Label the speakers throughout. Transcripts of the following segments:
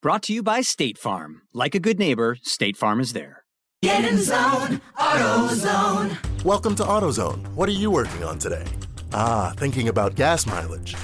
Speaker 1: Brought to you by State Farm. Like a good neighbor, State Farm is there.
Speaker 2: Get in zone, auto zone.
Speaker 3: Welcome to AutoZone. What are you working on today? Ah, thinking about gas mileage.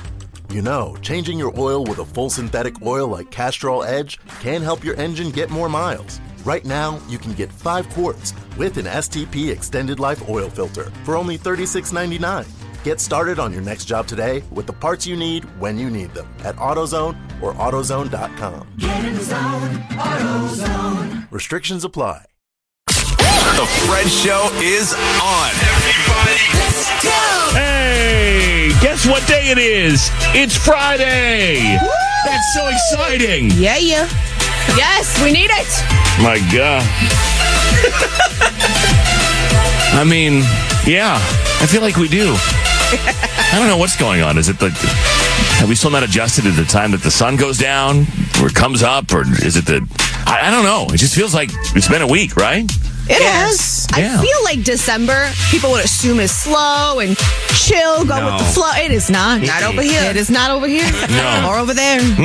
Speaker 3: You know, changing your oil with a full synthetic oil like Castrol Edge can help your engine get more miles. Right now, you can get 5 quarts with an STP extended life oil filter for only $36.99. Get started on your next job today with the parts you need when you need them at AutoZone or AutoZone.com.
Speaker 2: Get in zone, auto zone.
Speaker 3: Restrictions apply.
Speaker 4: The Fred Show is on. Everybody.
Speaker 2: Let's go.
Speaker 5: Hey, guess what day it is? It's Friday. That's so exciting.
Speaker 6: Yeah, yeah. Yes, we need it.
Speaker 5: My God. I mean, yeah, I feel like we do. I don't know what's going on. Is it the. Have we still not adjusted to the time that the sun goes down or comes up? Or is it the. I, I don't know. It just feels like it's been a week, right?
Speaker 6: It
Speaker 5: Yes.
Speaker 6: has.
Speaker 5: Yeah.
Speaker 6: I feel like December, people would assume is slow and chill, go with the flow. It is not. Not over here. It is not over here.
Speaker 5: No.
Speaker 6: Or over there.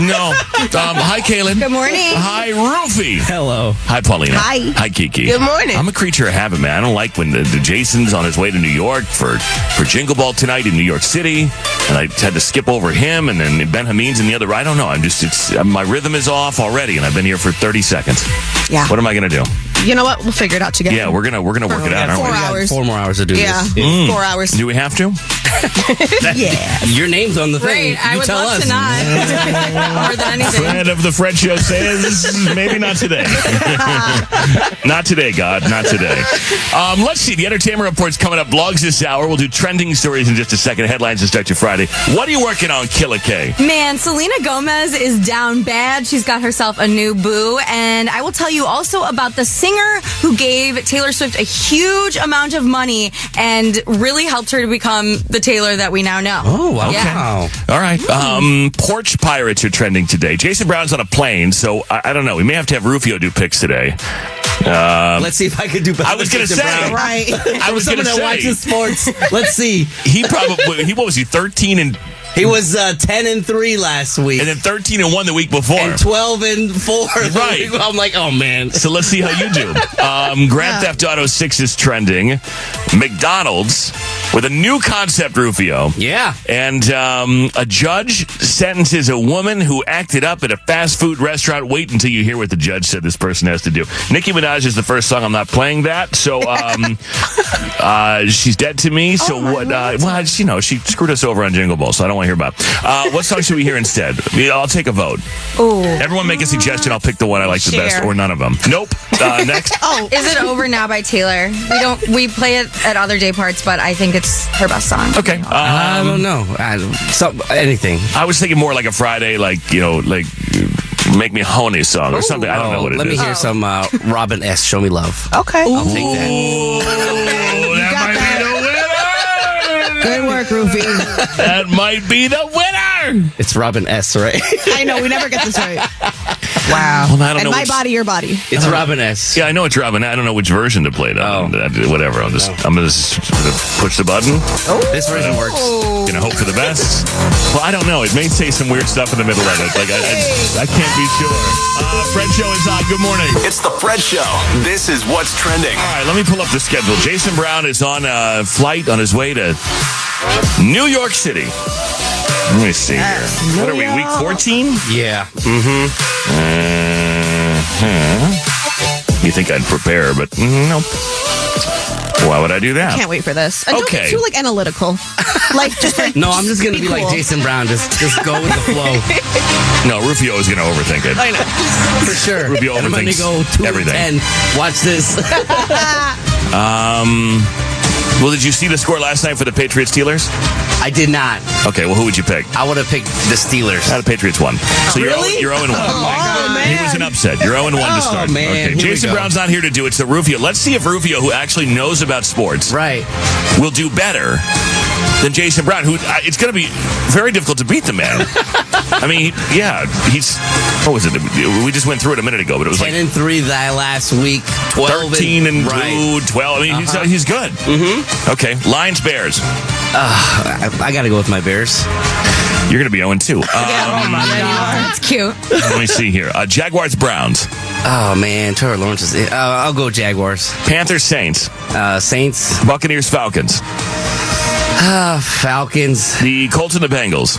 Speaker 5: No. Um, hi, Kaylin.
Speaker 6: Good morning.
Speaker 5: Hi, Rufy. Hello. Hi, Paulina.
Speaker 6: Hi.
Speaker 5: Hi, Kiki.
Speaker 6: Good morning.
Speaker 5: I'm a creature of habit, man. I don't like when the, the Jason's on his way to New York for, for Jingle Ball tonight in New York City, and I had to skip over him, and then Ben Hameen's in the other. I don't know. I'm just, it's my rhythm is off already, and I've been here for 30 seconds.
Speaker 6: Yeah.
Speaker 5: What am I gonna do?
Speaker 6: You know what? We'll figure it out together.
Speaker 5: Yeah, we're gonna we're gonna work it out,
Speaker 6: Four
Speaker 5: aren't
Speaker 6: hours.
Speaker 7: four more hours to do
Speaker 6: yeah.
Speaker 7: this.
Speaker 6: Four hours.
Speaker 5: we? Do we have to?
Speaker 6: yeah.
Speaker 7: Your name's on the thing.
Speaker 8: Right. I
Speaker 7: You
Speaker 8: would
Speaker 7: tell
Speaker 8: love
Speaker 7: us.
Speaker 8: to not. More than anything.
Speaker 5: Fred of the Fred Show says maybe not today. not today, God, not today. Um, let's see. The entertainment report's coming up. Blogs this hour. We'll do trending stories in just a second. Headlines to start your Friday. What are you working on, Killer K?
Speaker 8: Man, Selena Gomez is down bad. She's got herself a new boo. And I will tell you also about the singer who gave Taylor Swift a huge amount of money and really helped her to become the Taylor that we now know.
Speaker 7: Oh, wow.
Speaker 8: Yeah.
Speaker 5: All right. Um, porch pirates are trending today. Jason Brown's on a plane, so I, I don't know. We may have to have Rufio do picks today. Um,
Speaker 7: Let's see if I could do better.
Speaker 5: I was
Speaker 7: than
Speaker 5: gonna
Speaker 7: Jason
Speaker 5: say.
Speaker 7: Brown.
Speaker 6: Right.
Speaker 5: I was going to
Speaker 7: Someone that
Speaker 5: say
Speaker 7: watches sports. Let's see.
Speaker 5: he probably he what was he thirteen and
Speaker 7: He was uh, ten and three last week,
Speaker 5: and then thirteen and one the week before.
Speaker 7: and twelve and four. the
Speaker 5: Right.
Speaker 7: week- I'm like, oh man. Uh,
Speaker 5: So let's see how you do. Um, Grand Theft Auto 6 is trending. McDonald's with a new concept, Rufio.
Speaker 7: Yeah.
Speaker 5: And um, a judge sentences a woman who acted up at a fast food restaurant. Wait until you hear what the judge said this person has to do. Nicki Minaj is the first song. I'm not playing that. So um, uh, she's dead to me. So what? Uh, well, you know, she screwed us over on Jingle Ball, so I don't want to hear about. it. Uh, what song should we hear instead? I'll take a vote. Everyone make a suggestion. I'll pick the one I like the best,
Speaker 8: Share.
Speaker 5: or none of them. Nope. Uh, next.
Speaker 8: Is it over now by Taylor? We don't we play it at other day parts, but I think it's her best song.
Speaker 5: Okay.
Speaker 7: I
Speaker 5: Um,
Speaker 7: don't know. I don't, some, anything.
Speaker 5: I was thinking more like a Friday, like you know, like make me honey song or something. I don't know
Speaker 7: Oh,
Speaker 5: what it is.
Speaker 7: Let me hear some uh, Robin S. Show me love.
Speaker 6: Okay.
Speaker 7: I'll take that.
Speaker 5: Oh, that might be the winner.
Speaker 6: Good work, Rufy.
Speaker 5: that might be the winner.
Speaker 7: It's Robin S. Right?
Speaker 6: I know. We never get this right. Wow.
Speaker 5: Well, I don't
Speaker 6: and
Speaker 5: know
Speaker 6: my
Speaker 5: which-
Speaker 6: body, your body.
Speaker 5: It's Robin S. Yeah, I know it's Robin. I don't know which version to play it on.
Speaker 7: Oh.
Speaker 5: Uh, Whatever. I'll just I'm gonna just push the button.
Speaker 6: Oh.
Speaker 7: This version works.
Speaker 5: Gonna hope for the best. Well, I don't know. It may say some weird stuff in the middle of it. Like I, I, I can't be sure. Uh, Fred Show is on. Good morning.
Speaker 4: It's the Fred Show. This is what's trending.
Speaker 5: All right, let me pull up the schedule. Jason Brown is on a flight on his way to New York City. Let me
Speaker 6: Uh,
Speaker 5: see
Speaker 4: Yes,
Speaker 5: here. What
Speaker 4: New
Speaker 5: are we? Week
Speaker 4: York.
Speaker 5: fourteen? Yeah. Mm-hmm. Uh-huh. You think I'd prepare, but mm, nope. Why would I do that?
Speaker 6: Can't wait for this. And Don't
Speaker 5: Okay.
Speaker 6: get too like analytical. like just like,
Speaker 7: No, I'm just gonna be, like
Speaker 6: cool.
Speaker 7: Jason Brown. Just just go with the flow.
Speaker 5: No, Rufio is going to overthink it.
Speaker 6: I know.
Speaker 7: For sure.
Speaker 5: Rubio
Speaker 7: And I'm gonna
Speaker 5: overthinks
Speaker 7: go two
Speaker 5: everything.
Speaker 7: and ten. Watch this.
Speaker 5: Um. Well, did you see the score last night for the Patriots Steelers?
Speaker 7: I did not.
Speaker 5: Okay. Well, who would you pick?
Speaker 7: I would have picked the Steelers.
Speaker 5: the Patriots won. So you're
Speaker 7: Really?
Speaker 5: you're 0 and 1.
Speaker 7: Oh,
Speaker 5: He was an upset. You're 0 and 1 to
Speaker 7: Oh,
Speaker 5: start.
Speaker 7: man. Here
Speaker 5: Okay.
Speaker 7: we
Speaker 5: Jason
Speaker 7: go.
Speaker 5: Brown's not here to do it. So Rufio, let's see if Rufio, who actually knows about sports,
Speaker 7: right,
Speaker 5: will do better than Jason Brown. Who I- it's going to be very difficult to beat the man. I mean, yeah, he's what was it? We just went through it a minute ago, but it was like
Speaker 7: ten and three that last week. Twelve
Speaker 5: 13 and,
Speaker 7: right.
Speaker 5: 2, 12. I mean,
Speaker 7: Uh-huh.
Speaker 5: he's, he's good. Mm-hmm. Okay. Lions, Bears.
Speaker 7: Uh, I, I got to go with my Bears.
Speaker 5: You're going to be 0 2. Um,
Speaker 8: That's cute.
Speaker 5: let me see here. Uh, Jaguars, Browns.
Speaker 7: Oh man, Trevor Lawrence is. Uh, I'll go Jaguars.
Speaker 5: Panthers, Saints.
Speaker 7: Uh, Saints.
Speaker 5: Buccaneers, Falcons.
Speaker 7: Uh, Falcons.
Speaker 5: The Colts and the Bengals.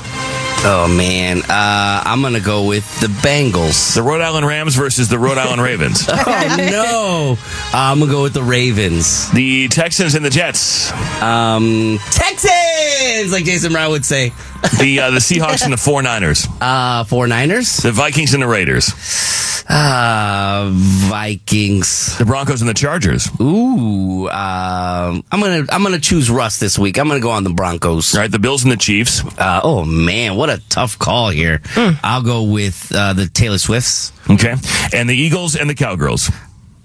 Speaker 7: Oh man, uh, I'm gonna go with the Bengals.
Speaker 5: The Rhode Island Rams versus the Rhode Island Ravens.
Speaker 7: oh no, I'm gonna go with the Ravens.
Speaker 5: The Texans and the Jets.
Speaker 7: Um, Texans, like Jason Brown would say.
Speaker 5: The uh, the Seahawks and the 49ers.
Speaker 7: Uh, four Niners.
Speaker 5: The Vikings and the Raiders.
Speaker 7: Uh, Vikings.
Speaker 5: The Broncos and the Chargers.
Speaker 7: Ooh, um, I'm gonna I'm gonna choose Russ this week. I'm gonna go on the Broncos.
Speaker 5: All right, the Bills and the Chiefs.
Speaker 7: Uh, oh man, what a tough call here. I'll go with uh, the Taylor Swifts.
Speaker 5: Okay. And the Eagles and the Cowgirls.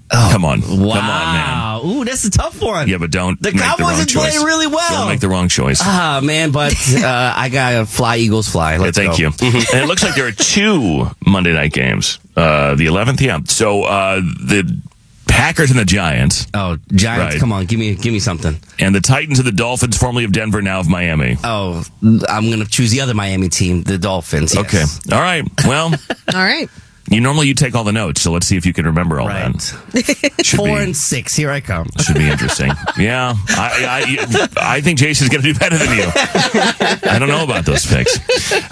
Speaker 5: Come on.
Speaker 7: Oh, Wow.
Speaker 5: Come on, man.
Speaker 7: Ooh, that's a tough one.
Speaker 5: Yeah, but don't.
Speaker 7: The
Speaker 5: make the
Speaker 7: Cowboys
Speaker 5: wrong
Speaker 7: are
Speaker 5: choice.
Speaker 7: playing really well.
Speaker 5: Don't make the wrong choice.
Speaker 7: Ah man, but uh, I gotta fly Eagles fly.
Speaker 5: Yeah,
Speaker 7: Let's
Speaker 5: thank
Speaker 7: go.
Speaker 5: you. and it looks like there are two Monday night games. Uh, the 11th, yeah. So uh, the Packers and the Giants,
Speaker 7: Oh, Giants,
Speaker 5: Right.
Speaker 7: come on, give me give me something.
Speaker 5: and the Titans and the Dolphins, formerly of Denver, now of Miami.
Speaker 7: Oh, I'm gonna choose the other Miami team, the Dolphins. yes.
Speaker 5: Okay. All right. Well,
Speaker 6: All right.
Speaker 5: you normally you take all the notes, so let's see if you can remember all
Speaker 7: Right.
Speaker 5: that. Should
Speaker 7: Four
Speaker 5: be-
Speaker 7: and six. Here I come.
Speaker 5: Should be interesting. yeah, I, I, I think Jason's going to do better than you. I don't know about those picks.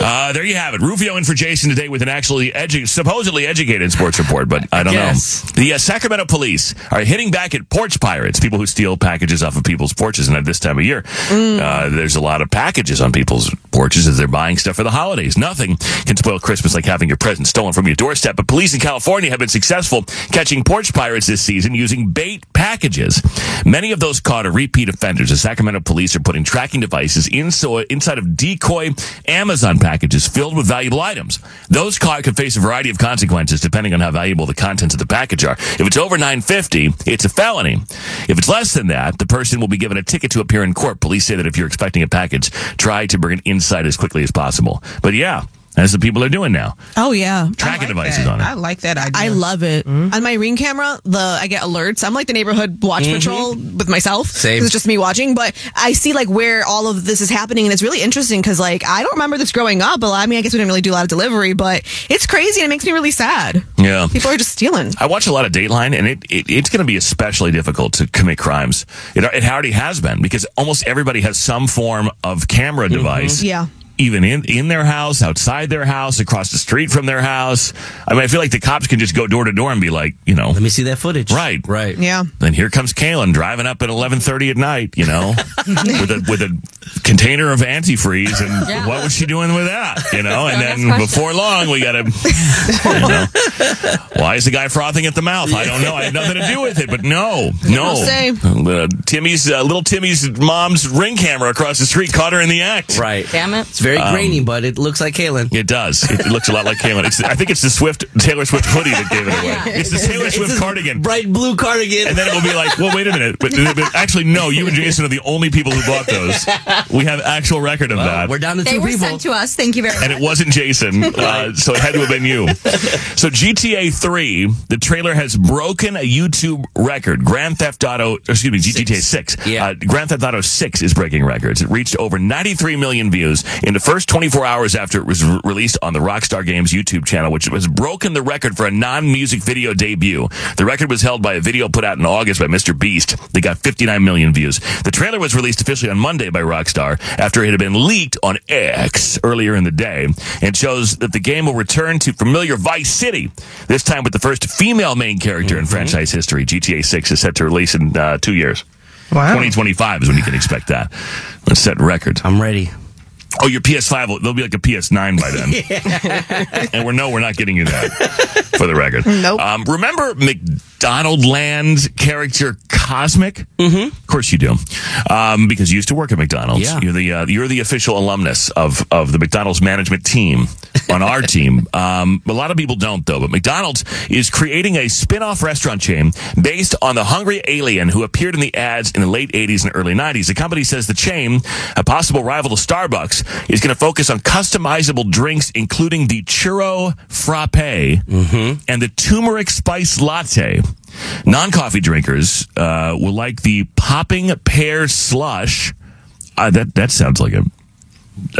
Speaker 5: Uh, there you have it. Rufio in for Jason today with an actually edu- supposedly educated sports report, but I don't
Speaker 7: Yes.
Speaker 5: know. The uh, Sacramento police are hitting back at porch pirates, people who steal packages off of people's porches. And at this time of year, uh, there's a lot of packages on people's porches as they're buying stuff for the holidays. Nothing can spoil Christmas like having your present stolen from your doorstep. But police in California have been successful catching porch pirates this season using bait packages. Many of those caught are repeat offenders. The Sacramento police are putting tracking devices inso- inside of decoy Amazon packages filled with valuable items. Those caught could face a variety of consequences depending on how valuable the contents of the package are. If it's over 950, it's a felony. If it's less than that, the person will be given a ticket to appear in court. Police say that if you're expecting a package, try to bring it inside as quickly as possible. But yeah, that's what people are doing now.
Speaker 6: Oh yeah.
Speaker 5: Tracking devices on it. Hmm?
Speaker 9: I like that idea.
Speaker 6: I love it. On my ring camera, the I get alerts. I'm like the neighborhood watch
Speaker 5: Mm-hmm.
Speaker 6: patrol with myself.
Speaker 7: Same.
Speaker 6: 'cause It's just me watching, but I see like where all of this is happening, and it's really interesting because like I don't remember this growing up. But I mean, I guess we didn't really do a lot of delivery, but it's crazy and it makes me really sad.
Speaker 5: Yeah.
Speaker 6: People are just stealing.
Speaker 5: I watch a lot of Dateline, and it, it it's going to be especially difficult to commit crimes. It, it already has been because almost everybody has some form of camera
Speaker 7: Mm-hmm.
Speaker 5: device.
Speaker 6: Yeah.
Speaker 5: Even in, in their house, outside their house, across the street from their house. I mean, I feel like the cops can just go door to door and be like, you know,
Speaker 7: Let me see that footage.
Speaker 5: Right.
Speaker 7: Right.
Speaker 6: Yeah.
Speaker 5: then here comes Kalen driving up at eleven thirty at night, you know, with a with a container of antifreeze, and what was she doing with that, you know? And then before long, we got to, you know, why is the guy frothing at the mouth? I don't know. I had nothing to do with it, but no, no.
Speaker 6: say.
Speaker 5: Uh, Timmy's uh, little Timmy's mom's ring camera across the street caught her in the act.
Speaker 7: Right.
Speaker 8: Damn it.
Speaker 5: It's
Speaker 7: very
Speaker 5: Um,
Speaker 7: grainy, but it looks like Kalen.
Speaker 5: It does. It looks a lot like Kalen. It's, I think it's the Swift Taylor Swift hoodie that gave it away. It's the Taylor Swift cardigan,
Speaker 7: bright blue cardigan,
Speaker 5: and then it will be like, well, wait a minute, but, but actually, no. You and Jason are the only people who bought those. We have actual record of that. We're
Speaker 7: down
Speaker 8: They were sent to us. Thank you very much.
Speaker 5: and it wasn't Jason, uh, so it had to have been you. So GTA 3, the trailer has broken a YouTube record. Grand Theft Auto, excuse me, GTA 6. Yeah. Uh, Grand Theft Auto 6 is breaking records. It reached over 93 million views in the first 24 hours after it was re- released on the Rockstar Games YouTube channel, which has broken the record for a non-music video debut. The record was held by a video put out in August by Mr. Beast. They got 59 million views. The trailer was released officially on Monday by Rockstar after it had been leaked on X earlier in the day and shows that the game will return to familiar Vice City, this time with the first female main character
Speaker 7: Mm-hmm.
Speaker 5: in franchise history. GTA 6 is set to release in uh, two years.
Speaker 9: Wow.
Speaker 5: 2025 is when you can expect that. Let's set records.
Speaker 7: I'm ready.
Speaker 5: Oh, your PS5 will there'll be like a PS9 by then. and we're no, we're not getting you that for the record. Nope. Um, remember McDonald Land character Cosmic? Mm-hmm. Of course you do, um, because you used to work at McDonald's.
Speaker 7: Yeah.
Speaker 5: You're the uh, you're the official alumnus of of the McDonald's management team on our team. Um, a lot of people don't though, but McDonald's is creating a spin-off restaurant chain based on the hungry alien who appeared in the ads in the late 80s and early 90s. The company says the chain, a possible rival to Starbucks, is going to focus on customizable drinks including the churro frappe and the turmeric spice latte. Non coffee drinkers uh, will like the popping pear slush. Uh, that that sounds like a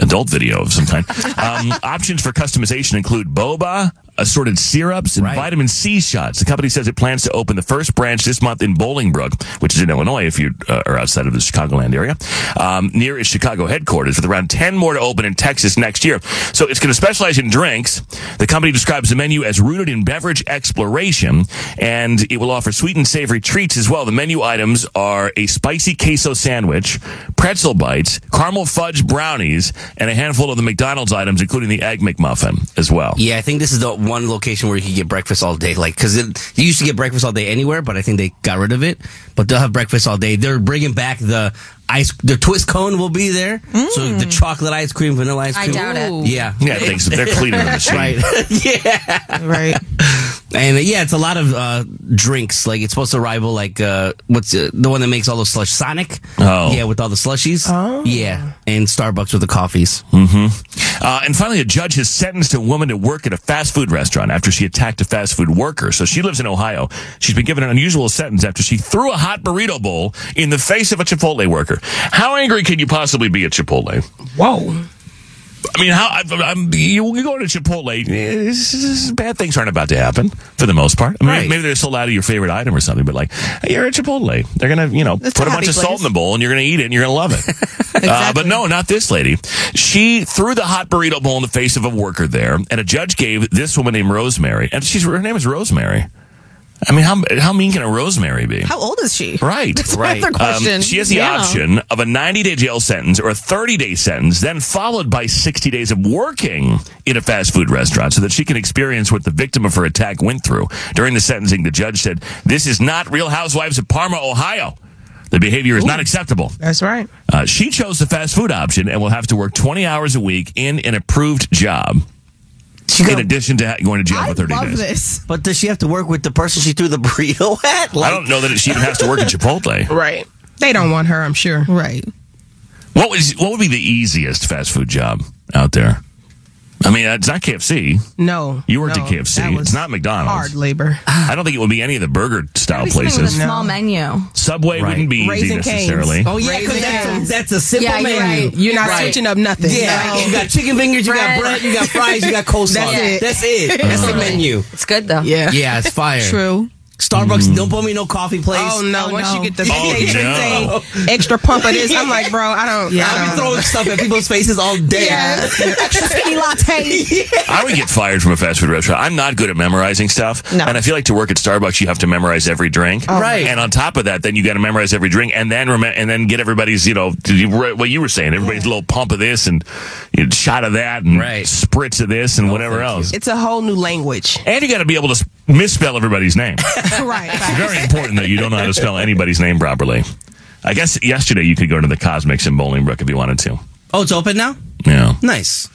Speaker 5: adult video of some kind. Um, options for customization include boba, assorted syrups, and vitamin C shots. The company says it plans to open the first branch this month in Bolingbrook, which is in Illinois if you uh, are outside of the Chicagoland area, um, near its Chicago headquarters, with around 10 more to open in Texas next year. So it's going to specialize in drinks. The company describes the menu as rooted in beverage exploration, and it will offer sweet and savory treats as well. The menu items are a spicy queso sandwich, pretzel bites, caramel fudge brownies, and a handful of the McDonald's items, including the egg McMuffin as well.
Speaker 7: Yeah, I think this is the one location where you can get breakfast all day. Like, because you used to get breakfast all day anywhere, but I think they got rid of it. But they'll have breakfast all day. They're bringing back the ice. The twist cone will be there. So the chocolate ice cream, vanilla ice
Speaker 8: Mm. I
Speaker 7: cream.
Speaker 8: doubt it.
Speaker 7: Yeah,
Speaker 5: Yeah, thanks. They're cleaning the machine.
Speaker 7: Right. yeah. Right. And uh, yeah, it's a lot of uh, drinks. Like it's supposed to rival like uh, what's uh, the one that makes all those slush Sonic?
Speaker 5: Oh.
Speaker 7: yeah, with all the slushies. Oh, yeah, and Starbucks with the coffees.
Speaker 5: Mm-hmm. Uh, and finally, a judge has sentenced a woman to work at a fast food restaurant after she attacked a fast food worker. So she lives in Ohio. She's been given an unusual sentence after she threw a hot burrito bowl in the face of a Chipotle worker. How angry can you possibly be at Chipotle?
Speaker 9: Whoa.
Speaker 5: I mean, how I'm, I'm, you, you go to Chipotle, eh, this is- bad things aren't about to happen for the most part. I mean, maybe they're sold out of your favorite item or something, but like, hey, you're at Chipotle. They're going to, you know,
Speaker 9: It's
Speaker 5: put
Speaker 9: a
Speaker 5: a bunch
Speaker 9: happy
Speaker 5: of salt
Speaker 9: place.
Speaker 5: in the bowl and you're going to eat it and you're going to love it. uh, but no, not this lady. She threw the hot burrito bowl in the face of a worker there, and a judge gave this woman named Rosemary, and she's her name is Rosemary. I mean, how, how mean can a Rosemary be?
Speaker 6: How old is she?
Speaker 5: Right,
Speaker 6: That's
Speaker 5: right.
Speaker 6: another question.
Speaker 5: Um, she has the
Speaker 6: Yeah.
Speaker 5: option of a 90 day jail sentence or a 30 day sentence, then followed by 60 days of working in a fast food restaurant so that she can experience what the victim of her attack went through. During the sentencing, the judge said, This is not Real Housewives of Parma, Ohio. The behavior is not acceptable.
Speaker 9: That's right.
Speaker 5: Uh, she chose the fast food option and will have to work 20 hours a week in an approved job. in addition to ha- going to jail for 30 days.
Speaker 6: this.
Speaker 7: But does she have to work with the person she threw the burrito at?
Speaker 5: I don't know that she even has to work at Chipotle.
Speaker 9: Right. They don't want her, I'm sure. Right.
Speaker 5: What was what would be the easiest fast food job out there? I mean, it's not KFC.
Speaker 9: No.
Speaker 5: You worked
Speaker 9: no,
Speaker 5: at KFC.
Speaker 9: that was
Speaker 5: It's not McDonald's.
Speaker 9: Hard labor.
Speaker 5: I don't think it would be any of the burger style
Speaker 8: Maybe something with
Speaker 5: places.
Speaker 8: a small menu.
Speaker 5: Subway wouldn't be easy
Speaker 9: Raising Cane's.
Speaker 5: necessarily.
Speaker 7: Oh yeah, 'cause that's, that's a simple
Speaker 9: Yeah, you're
Speaker 7: menu.
Speaker 9: right. You're not switching up nothing.
Speaker 7: Yeah,
Speaker 9: No.
Speaker 7: you got chicken fingers, you
Speaker 9: Bread.
Speaker 7: got bread, you got fries, you got coleslaw.
Speaker 9: That's it.
Speaker 7: That's it. That's the menu.
Speaker 8: It's good though.
Speaker 9: Yeah.
Speaker 7: Yeah, it's fire.
Speaker 9: True.
Speaker 7: Starbucks,
Speaker 5: Mm.
Speaker 7: don't put me no coffee place.
Speaker 9: Oh no! Once you get the
Speaker 7: Oh,
Speaker 9: vacation
Speaker 7: no.
Speaker 9: thing, extra pump of this, I'm like, bro, I don't.
Speaker 7: Yeah,
Speaker 9: I
Speaker 7: I've been
Speaker 9: don't.
Speaker 7: throwing stuff at people's faces all day.
Speaker 9: Yeah.
Speaker 6: Extra skinny latte.
Speaker 5: I would get fired from a fast food restaurant. I'm not good at memorizing stuff,
Speaker 9: No.
Speaker 5: and I feel like to work at Starbucks, you have to memorize every drink.
Speaker 7: Oh, Right.
Speaker 5: And on top of that, then you got to memorize every drink, and then rem- and then get everybody's you know you- what you were saying, everybody's little pump of this and you know, shot of that and spritz of this and whatever else.
Speaker 9: It's a whole new language.
Speaker 5: And you got to be able to s- misspell everybody's name.
Speaker 9: right.
Speaker 5: It's very important that you don't know how to spell anybody's name properly. I guess yesterday you could go to the Cosmics in Bolingbrook if you wanted to.
Speaker 7: Oh, it's open now?
Speaker 5: Yeah.
Speaker 7: Nice.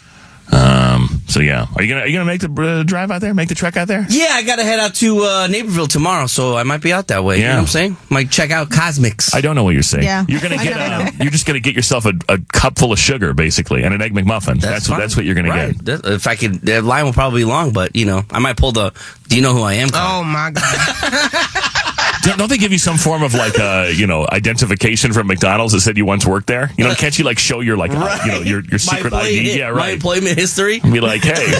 Speaker 5: Um. So yeah, are you gonna are you gonna make the uh, drive out there? Make the trek out there?
Speaker 7: Yeah, I gotta head out to uh, Naperville tomorrow, so I might be out that way. You know
Speaker 5: Yeah.
Speaker 7: what I'm saying? Might check out Cosmics.
Speaker 5: I don't know what you're saying.
Speaker 7: Yeah.
Speaker 5: You're gonna
Speaker 7: I
Speaker 5: get
Speaker 7: know, I
Speaker 5: uh, you're just gonna get yourself a, a cup full of sugar basically and an egg McMuffin. That's what
Speaker 7: fine.
Speaker 5: that's what you're gonna
Speaker 7: Right.
Speaker 5: get.
Speaker 7: That- If I could, the line will probably be long, but you know, I might pull the. Do you know who I am?
Speaker 9: Oh my god!
Speaker 5: Don't, don't they give you some form of like uh you know identification from McDonald's that said you once worked there? You know, can't you like show your like uh, you know your your secret ID? Yeah,
Speaker 7: My
Speaker 5: right.
Speaker 7: employment history.
Speaker 5: And be like, hey,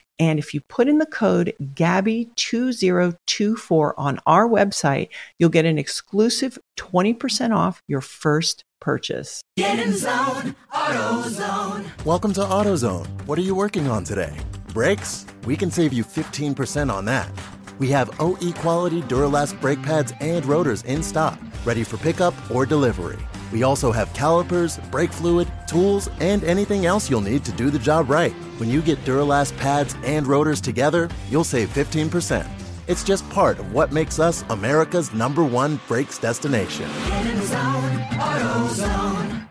Speaker 10: And if you put in the code GABBY2024 on our website, you'll get an exclusive 20% off your first purchase.
Speaker 2: Get in zone, AutoZone.
Speaker 3: Welcome to AutoZone. What are you working on today? Brakes? We can save you 15% on that. We have OE quality Duralast brake pads and rotors in stock, ready for pickup or delivery. We also have calipers, brake fluid, tools, and anything else you'll need to do the job right. When you get Duralast pads and rotors together, you'll save 15%. It's just part of what makes us America's number one brakes destination.
Speaker 2: Get in zone, AutoZone.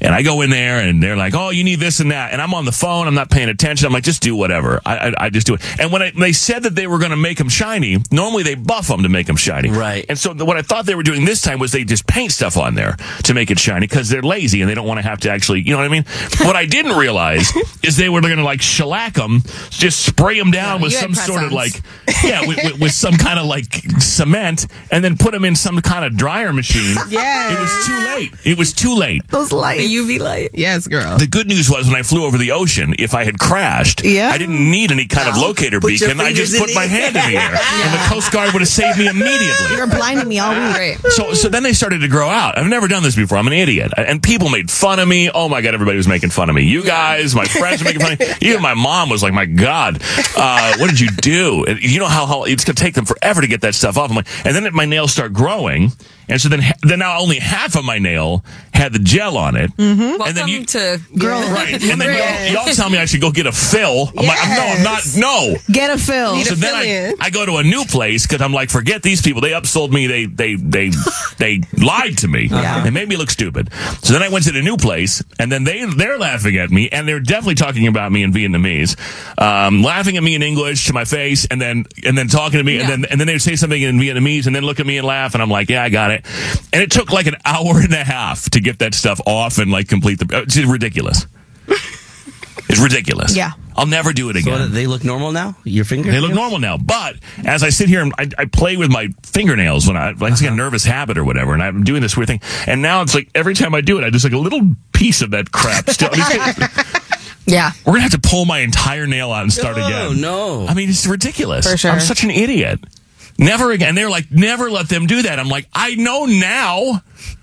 Speaker 5: And I go in there and they're like, oh, you need this and that. And I'm on the phone. I'm not paying attention. I'm like, just do whatever. I, I, I just do it. And when, I, when they said that they were going to make them shiny, normally they buff them to make them shiny. Right. And so the, what I thought they were doing this time was they just paint stuff on there to make it shiny because they're lazy and they don't want to have to actually, you know what I mean? what I didn't realize is they were going to like shellac them, just spray them down with
Speaker 11: you had
Speaker 5: some sort of
Speaker 11: press-ons.
Speaker 5: like, yeah, with, with, with some kind of like cement and then put them in some kind of dryer machine.
Speaker 6: Yeah.
Speaker 5: It was too late. It was too late.
Speaker 6: Those lights. The UV light. Yes, girl.
Speaker 5: The good news was when I flew over the ocean, if I had crashed,
Speaker 6: Yeah.
Speaker 5: I didn't need any kind of locator
Speaker 6: Put your
Speaker 5: beacon. I
Speaker 6: fingers
Speaker 5: just
Speaker 6: in
Speaker 5: put
Speaker 6: the
Speaker 5: my
Speaker 6: air.
Speaker 5: hand in the air, and the Coast Guard would have saved me immediately.
Speaker 6: You're blinding me all week.
Speaker 5: So, so then they started to grow out. I've never done this before. I'm an idiot, and people made fun of me. Oh my god, everybody was making fun of me. You guys, my friends were making fun of me. Even my mom was like, "My God, uh, what did you do?" And you know how, how it's gonna take them forever to get that stuff off. I'm like, and then my nails start growing, and so then then now only half of my nail had the gel on it.
Speaker 8: Mm-hmm. Welcome to girl.
Speaker 5: Right. And then y'all, y'all tell me I should go get a fill. I'm like, I'm- no, I'm not. No.
Speaker 6: Get a fill.
Speaker 5: so then I, I go to a new place because I'm like, forget these people. They upsold me. They they they they lied to me. They made me look stupid. So then I went to the new place, and then they they're laughing at me, and they're definitely talking about me in Vietnamese, um, laughing at me in English to my face, and then and then talking to me, and then and then they would say something in Vietnamese, and then look at me and laugh, and I'm like, yeah, I got it. And it took like an hour and a half to get that stuff off and like complete the. It's ridiculous. It's ridiculous.
Speaker 7: Yeah.
Speaker 5: I'll never do it again.
Speaker 7: they look normal now. Your finger.
Speaker 5: They look normal now, but as I sit here, and I, I play with my fingernails when I like it's like
Speaker 7: Uh-huh.
Speaker 5: a nervous habit or whatever, and I'm doing this weird thing. And now it's like every time I do it, I just like a little piece of that crap still. I'm just kidding.
Speaker 6: Yeah.
Speaker 5: We're gonna have to pull my entire nail out and start
Speaker 7: No,
Speaker 5: again. No, I mean it's ridiculous.
Speaker 7: For sure.
Speaker 5: I'm such an idiot. Never again. They're like, never let them do that. I'm like, I know now.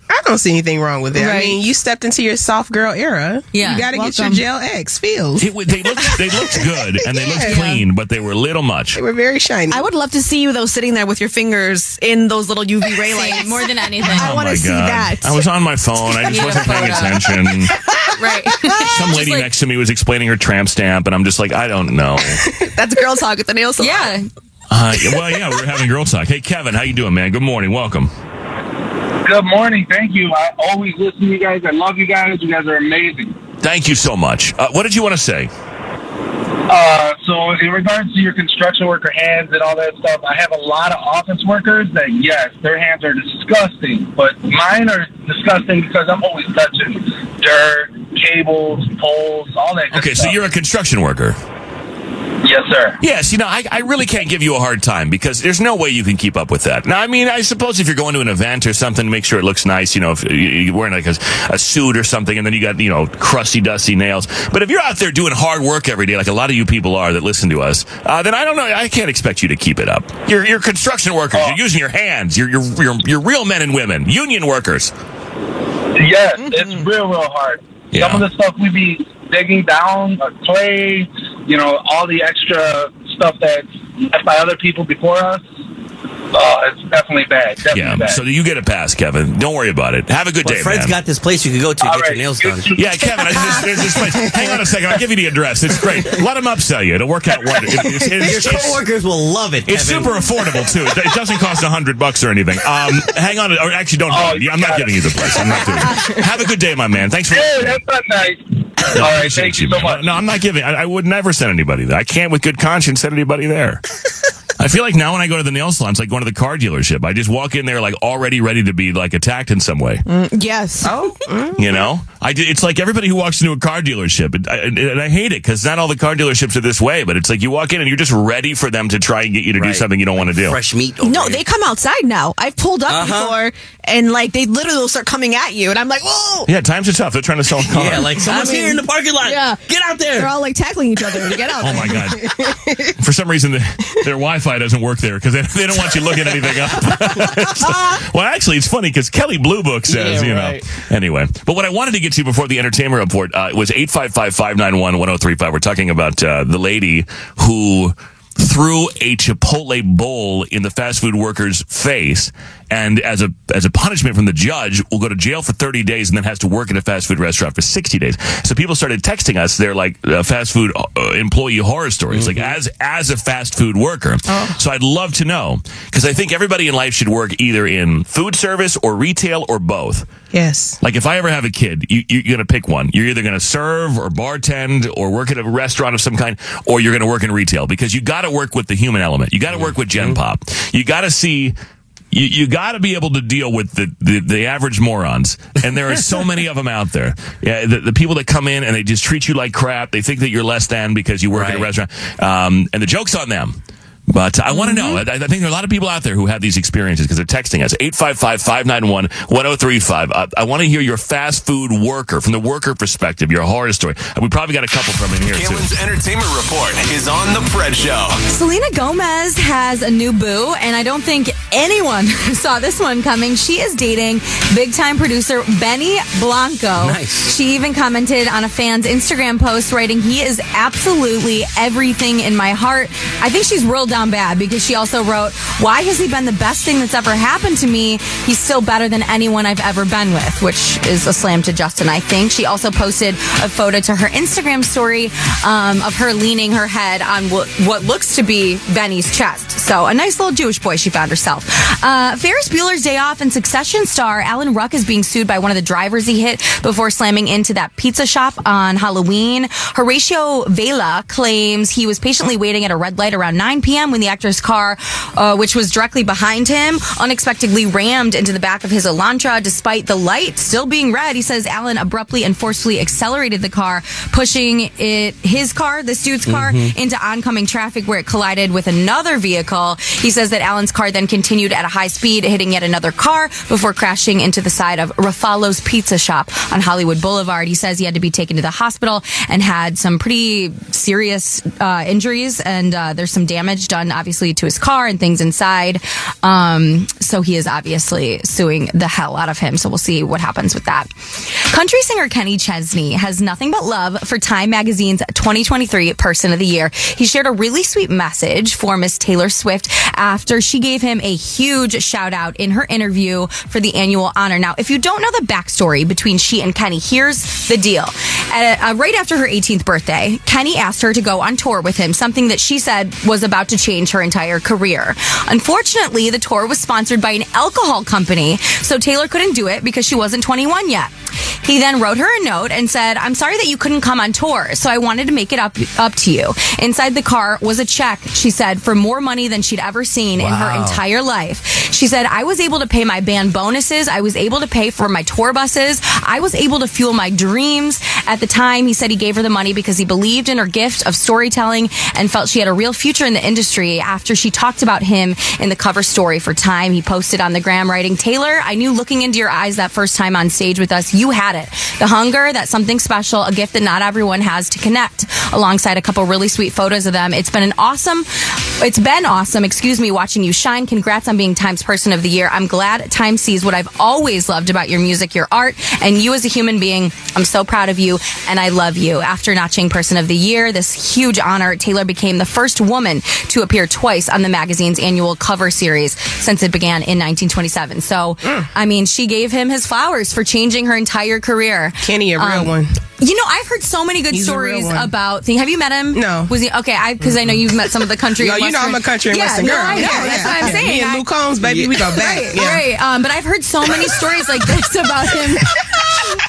Speaker 9: I don't see anything wrong with it. I
Speaker 5: Right.
Speaker 9: mean, you stepped into your soft girl era.
Speaker 5: Yeah.
Speaker 9: You got to get your
Speaker 5: Welcome.
Speaker 9: gel X feels.
Speaker 5: It, would- they looked, they looked good and they
Speaker 9: Yeah.
Speaker 5: looked clean, but they were a little much.
Speaker 9: They were very shiny.
Speaker 6: I would love to see you though sitting there with your fingers in those little UV ray lights.
Speaker 8: more than anything.
Speaker 6: I
Speaker 5: Oh
Speaker 6: want
Speaker 5: my
Speaker 6: to see
Speaker 5: God.
Speaker 6: that.
Speaker 5: I was on my phone. I just
Speaker 6: Yeah,
Speaker 5: wasn't paying attention.
Speaker 8: right.
Speaker 5: Some lady next to me was explaining her tramp stamp, and I'm just like, I don't know.
Speaker 6: That's girl talk at the nail salon. Yeah.
Speaker 5: Uh, yeah, well, yeah, we're having girl talk. Hey, Kevin, how you doing, man? Good morning. Welcome.
Speaker 12: Good morning. Thank you. I always listen to you guys. I love you guys. You guys are amazing.
Speaker 5: Thank you so much. Uh, what did you want to say?
Speaker 12: Uh, so, in regards to your construction worker hands and all that stuff, I have a lot of office workers that, yes, their hands are disgusting, but mine are disgusting because I'm always touching dirt, cables, poles, all that.
Speaker 5: Okay, so you're a construction worker.
Speaker 12: Yes, sir.
Speaker 5: Yes, you know, I, I really can't give you a hard time because there's no way you can keep up with that. Now, I mean, I suppose if you're going to an event or something, make sure it looks nice. You know, if you- you're wearing like a, a suit or something, and then you got you know crusty, dusty nails. But if you're out there doing hard work every day, like a lot of you people are that listen to us, uh, then I don't know. I can't expect you to keep it up. You're, you're construction workers. You're using your hands. You're, you're you're you're real men and women, union workers. Hmm?
Speaker 12: Yes,
Speaker 5: Mm.
Speaker 12: it's real, real hard. Some of the stuff we be digging down, uh, clay, you know, all the extra stuff that's left by other people before us. Uh, it's definitely bad. Definitely
Speaker 5: Yeah.
Speaker 12: bad.
Speaker 5: So you get a pass, Kevin. Don't worry about it. Have a good
Speaker 7: Well,
Speaker 5: day,
Speaker 7: Fred's
Speaker 5: man.
Speaker 7: got this place you can go to and get your nails done.
Speaker 5: Yeah, Kevin, I just, there's this place. Hang on a second. I'll give you the address. It's great. Let them upsell you. It'll work out wonders. It- it's- it's-
Speaker 7: your
Speaker 5: it's-
Speaker 7: coworkers will love it.
Speaker 5: It's
Speaker 7: Kevin.
Speaker 5: super affordable too. It it doesn't cost a hundred bucks or anything. Um, hang on, or actually, don't. Oh, I'm not giving you the price. I'm not doing. It. Have a good day, my man. Thanks for.
Speaker 12: Hey, that's not nice.
Speaker 5: No, I appreciate you, man. No, I'm not giving. I, I would never send anybody there. I can't, with good conscience, send anybody there. I feel like now when I go to the nail salon, it's like going to the car dealership. I just walk in there like already ready to be like attacked in some way.
Speaker 6: Mm, yes.
Speaker 9: Oh.
Speaker 5: You know, I did, it's like everybody who walks into a car dealership, and I, and- and I hate it because not all the car dealerships are this way. But it's like you walk in and you're just ready for them to try and get you to do something you don't want to do. Fresh meat.
Speaker 6: No, they come outside now. I've pulled
Speaker 7: Uh-huh.
Speaker 6: up before, and like they literally will start coming at you, and I'm like, whoa!
Speaker 5: Yeah, times are tough. They're trying to sell a car.
Speaker 7: Yeah, like, someone's here in the parking lot.
Speaker 6: Yeah,
Speaker 7: get out there.
Speaker 6: They're all like tackling each other to get out.
Speaker 5: Oh my god! For some reason, the, their Wi-Fi doesn't work there because they, they don't want you looking anything up. It's like- well, actually, it's funny because Kelly Blue Book says,
Speaker 11: Yeah,
Speaker 5: you
Speaker 11: right.
Speaker 5: know. Anyway, but what I wanted to get to before the entertainment report uh, was eight five five five nine one one zero three five. We're talking about uh, the lady who threw a Chipotle bowl in the fast food worker's face, and as a as a punishment from the judge, will go to jail for thirty days and then has to work at a fast food restaurant for sixty days. So people started texting us. They're like uh, fast food uh, employee horror stories, like as as a fast food worker. So I'd love to know because I think everybody in life should work either in food service or retail or both.
Speaker 9: Yes.
Speaker 5: Like if I ever have a kid, you, you, you're going to pick one. You're either going to serve or bartend or work at a restaurant of some kind, or you're going to work in retail because you got to work with the human element. You got to work with Gen Pop. You got to see. You, you got to be able to deal with the, the, the average morons, and there are so many of them out there. Yeah, the, the people that come in and they just treat you like crap. They think that you're less than because you work at a restaurant, um, and the joke's on them. But I want to know. I, I think there are a lot of people out there who have these experiences because they're texting us 855 591 1035. Uh, I want to hear your fast food worker from the worker perspective, your horror story. And we probably got a couple from in here, too.
Speaker 4: Kalen's entertainment report is on the Fred Show.
Speaker 8: Selena Gomez has a new boo, and I don't think anyone saw this one coming. She is dating big time producer Benny Blanco. Nice. She even commented on a fan's Instagram post, writing, He is absolutely everything in my heart. I think she's real down bad because she also wrote, Why has he been the best thing that's ever happened to me? He's still better than anyone I've ever been with, which is a slam to Justin, I think. She also posted a photo to her Instagram story um, of her leaning her head on what, what looks to be Benny's chest. So, a nice little Jewish boy she found herself. Uh, Ferris Bueller's Day Off and Succession star Alan Ruck is being sued by one of the drivers he hit before slamming into that pizza shop on Halloween. Horatio Vela claims he was patiently waiting at a red light around 9 p.m. when the actor's car, uh, which was directly behind him, unexpectedly rammed into the back of his Elantra despite the light still being red. He says Alan abruptly and forcefully accelerated the car, pushing it his car, this dude's car,
Speaker 13: Mhm.
Speaker 8: into oncoming traffic where it collided with another vehicle. He says that Allen's car then continued at a high speed, hitting yet another car before crashing into the side of Rafalo's Pizza Shop on Hollywood Boulevard. He says he had to be taken to the hospital and had some pretty serious uh, injuries, and uh, there's some damage done, obviously, to his car and things inside. Um, so he is obviously suing the hell out of him. So we'll see what happens with that. Country singer Kenny Chesney has nothing but love for Time Magazine's 2023 Person of the Year. He shared a really sweet message for Miss Taylor Swift after she gave him a huge shout out in her interview for the annual honor. Now, if you don't know the backstory between she and Kenny, here's the deal. At, uh, right after her 18th birthday, Kenny asked her to go on tour with him, something that she said was about to change her entire career. Unfortunately, the tour was sponsored by an alcohol company, so Taylor couldn't do it because she wasn't 21 yet. He then wrote her a note and said, "I'm sorry that you couldn't come on tour, so I wanted to make it up up to you." Inside the car was a check, she said, for more money than she'd ever seen in her
Speaker 13: Wow.
Speaker 8: entire entire life. She said, I was able to pay my band bonuses. I was able to pay for my tour buses. I was able to fuel my dreams. At the time, he said he gave her the money because he believed in her gift of storytelling and felt she had a real future in the industry. After she talked about him in the cover story for Time, he posted on the gram writing, Taylor, I knew looking into your eyes that first time on stage with us, you had it. The hunger, that something special, a gift that not everyone has to connect. Alongside a couple really sweet photos of them, it's been an awesome it's been awesome, excuse me, watching you shine. Congrats on being Times Person of the Year. I'm glad Time sees what I've always loved about your music, your art, and you as a human being. I'm so proud of you and I love you. After notching Person of the Year, this huge honor, Taylor became the first woman to appear twice on the magazine's annual cover series since it began in 1927. So,
Speaker 9: Mm.
Speaker 8: I mean, she gave him his flowers for changing her entire career. Um,
Speaker 9: Kenny, a real one.
Speaker 8: You know, I've heard so many good
Speaker 9: He's a real
Speaker 8: stories
Speaker 9: one.
Speaker 8: about things. Have you met him? No. Was he okay? I because I know you've met some of the country.
Speaker 9: No, you you know I'm a country and
Speaker 8: yeah,
Speaker 9: western
Speaker 8: no,
Speaker 9: girl.
Speaker 8: I know.
Speaker 9: Yeah,
Speaker 8: That's what I'm
Speaker 9: yeah.
Speaker 8: saying.
Speaker 9: Me and
Speaker 8: I-
Speaker 9: Luke Combs, baby, we go back.
Speaker 8: Right,
Speaker 9: Yeah.
Speaker 8: right. Um, but I've heard so many stories like this about him,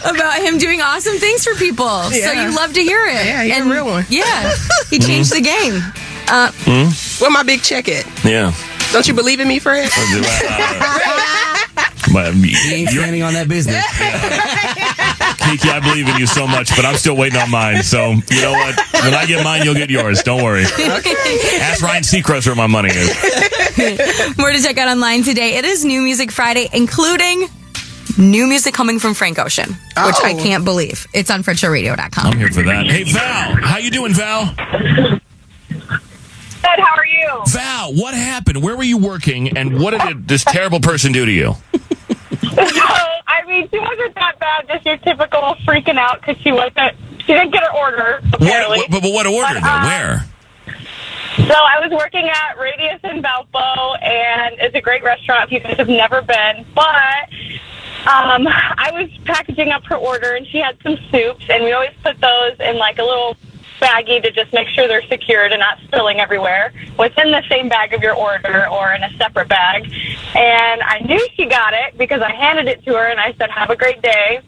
Speaker 8: about him doing awesome things for people. So
Speaker 9: Yeah.
Speaker 8: you love to hear it. Yeah,
Speaker 9: he's a real one.
Speaker 8: Yeah, he changed
Speaker 9: Mhm.
Speaker 8: the game. Uh,
Speaker 9: Where my big check at?
Speaker 5: Hmm? Yeah.
Speaker 9: Don't you believe in me, Fred?
Speaker 5: But um,
Speaker 7: He ain't standing on that business.
Speaker 5: Kiki, I believe in you so much, but I'm still waiting on mine. So you know what? When I get mine, you'll get yours. Don't worry. Ask Ryan Seacrest where my money is.
Speaker 8: More to check out online today. It is New Music Friday, including new music coming from Frank Ocean, which I
Speaker 5: Oh.
Speaker 8: can't believe. It's on FredShowRadio.com.
Speaker 5: I'm here for that. Hey Val, how you doing, Val?
Speaker 11: Good. How are you?
Speaker 5: Val, what happened? Where were you working, and what did this terrible person do to you?
Speaker 11: I mean, she wasn't that bad. Just your typical freaking out because she wasn't. She didn't get her order.
Speaker 5: What, what, but but what order
Speaker 11: But,
Speaker 5: though?
Speaker 11: uh,
Speaker 5: Where?
Speaker 11: So I was working at Radius in Valpo, and it's a great restaurant if you guys have never been. But um, I was packaging up her order, and she had some soups, and we always put those in like a little baggie to just make sure they're secured and not spilling everywhere within the same bag of your order or in a separate bag. And I knew she got it because I handed it to her, and I said, "Have a great day."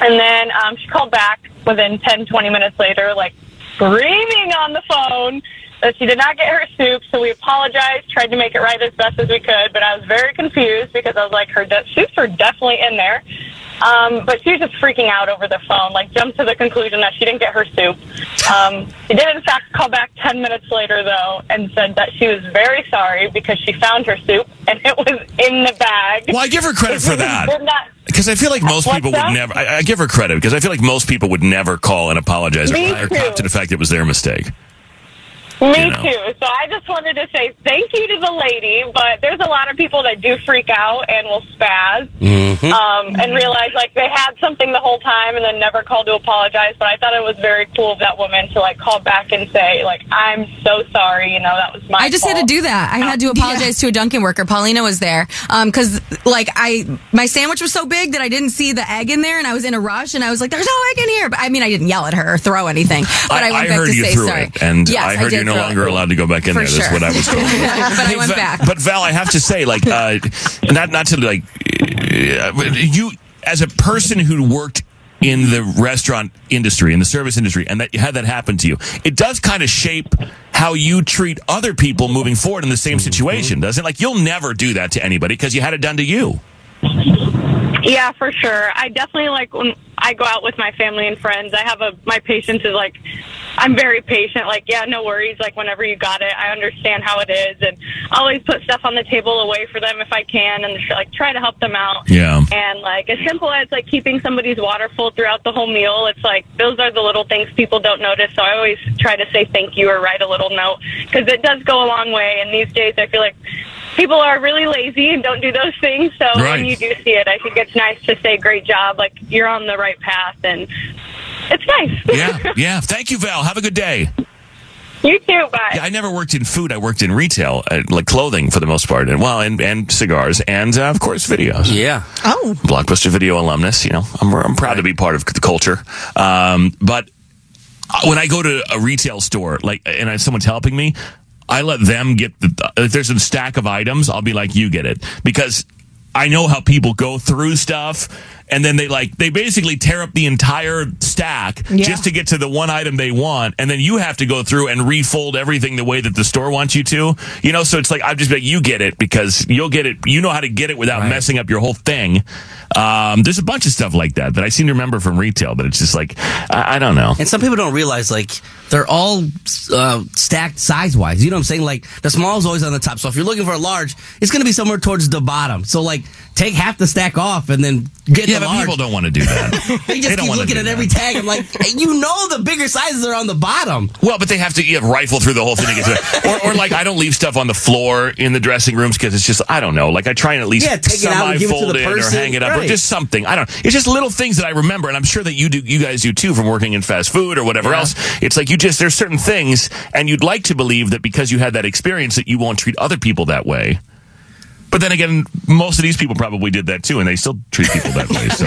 Speaker 11: And then um, she called back within 10, 20 minutes later, like screaming on the phone that she did not get her soup. So we apologized, tried to make it right as best as we could. But I was very confused because I was like, her de- soups are definitely in there. Um, but she was just freaking out over the phone, like jumped to the conclusion that she didn't get her soup. Um, she did, in fact, call back 10 minutes later, though, and said that she was very sorry because she found her soup and it was in the bag.
Speaker 5: Well, I give her credit for that.
Speaker 11: Did not-
Speaker 5: Because I feel like most
Speaker 11: What's
Speaker 5: people
Speaker 11: that?
Speaker 5: would never. I, I give her credit because I feel like most people would never call and apologize or,
Speaker 11: Me
Speaker 5: or cop to
Speaker 11: too.
Speaker 5: the fact it was their mistake.
Speaker 11: Me
Speaker 5: You know.
Speaker 11: too. So I just wanted to say thank you to the lady, but there's a lot of people that do freak out and will spaz
Speaker 5: Mm-hmm.
Speaker 2: Mhm.
Speaker 11: um, and realize like they had something the whole time and then never called to apologize. But I thought it was very cool of that woman to like call back and say like I'm so sorry. You know that was my.
Speaker 8: I just had to
Speaker 11: fault. Oh,
Speaker 8: do that. I had to apologize to a Dunkin' worker. Paulina was there because, like, I my sandwich was so big that I didn't see the egg in there, and I was in a rush, and I was like, "There's no egg in here." But I mean, I didn't yell at her or throw anything. But I, went back
Speaker 5: heard
Speaker 8: to
Speaker 5: you
Speaker 8: say
Speaker 5: threw
Speaker 8: sorry.
Speaker 5: it, and
Speaker 8: Yes,
Speaker 5: I heard
Speaker 8: did
Speaker 5: you're no
Speaker 8: throw it.
Speaker 5: longer allowed to go back in
Speaker 8: For
Speaker 5: there. That's
Speaker 8: sure.
Speaker 5: what I was told.
Speaker 8: but I went
Speaker 5: Va-
Speaker 8: back.
Speaker 5: But Val, I have to say, like, uh, not not to like uh, you as a person who worked in the restaurant industry in the service industry and that had that happen to you it does kind of shape how you treat other people moving forward in the
Speaker 11: Mm-hmm.
Speaker 5: same situation doesn't it like you'll never do that to anybody because you had it done to you
Speaker 11: Yeah, for sure. I definitely like when I go out with my family and friends. I have a my patience is like I'm very patient. Like, yeah, no worries. Like whenever you got it, I understand how it is, and I always put stuff on the table away for them if I can, and just, like try to help them out.
Speaker 5: Yeah.
Speaker 11: And like as simple as like keeping somebody's water full throughout the whole meal, it's like those are the little things people don't notice. So I always try to say thank you or write a little note because it does go a long way. And these days, I feel like people are really lazy and don't do those things. So
Speaker 2: Right.
Speaker 11: when you do see it, I think it's nice to say great job, like you're on the right path, and it's nice.
Speaker 5: yeah yeah thank you val have a good day
Speaker 11: You too. Bye.
Speaker 5: Yeah, I never worked in food. I worked in retail, uh, like clothing for the most part, and well, and, and cigars, and uh, of course videos.
Speaker 7: Yeah.
Speaker 6: Oh.
Speaker 5: Blockbuster Video alumnus. You know, I'm I'm proud to be part of the culture. Um, but when I go to a retail store, like, and I, someone's helping me, I let them get the. If there's a stack of items, I'll be like, "You get it," because I know how people go through stuff, and then they like they basically tear up the entire stack
Speaker 13: Yeah.
Speaker 5: just to get to the one item they want, and then you have to go through and refold everything the way that the store wants you to. You know, so it's like i have just like, "You get it," because you'll get it. You know how to get it without messing up your whole thing. Um, there's a bunch of stuff like that that I seem to remember from retail, but it's just like I, I don't know.
Speaker 7: And some people don't realize like they're all uh, stacked size wise. You know what I'm saying? Like the small is always on the top. So if you're looking for a large, it's going to be somewhere towards the bottom. So like take half the stack off and then get
Speaker 5: yeah,
Speaker 7: the
Speaker 5: but
Speaker 7: large.
Speaker 5: people don't want to do that.
Speaker 7: they just
Speaker 5: don't
Speaker 7: keep
Speaker 5: wanna
Speaker 7: looking
Speaker 5: do
Speaker 7: at every tag. I'm like, "Hey, you know, the bigger sizes are on the bottom.
Speaker 5: Well, but they have to you have rifle through the whole thing to get to it. Or, or like I don't leave stuff on the floor in the dressing rooms because it's just I don't know. Like I try and at least
Speaker 7: Yeah, take it out
Speaker 5: semi
Speaker 7: and give it to
Speaker 5: fold
Speaker 7: the
Speaker 5: it, or
Speaker 7: person.
Speaker 5: hang it up or
Speaker 7: Right.
Speaker 5: just something. I don't. It's just little things that I remember, and I'm sure that you do. You guys do too from working in fast food or whatever else. It's like you just there's certain things, and you'd like to believe that because you had that experience that you won't treat other people that way. But then again, most of these people probably did that too, and they still treat people that way. So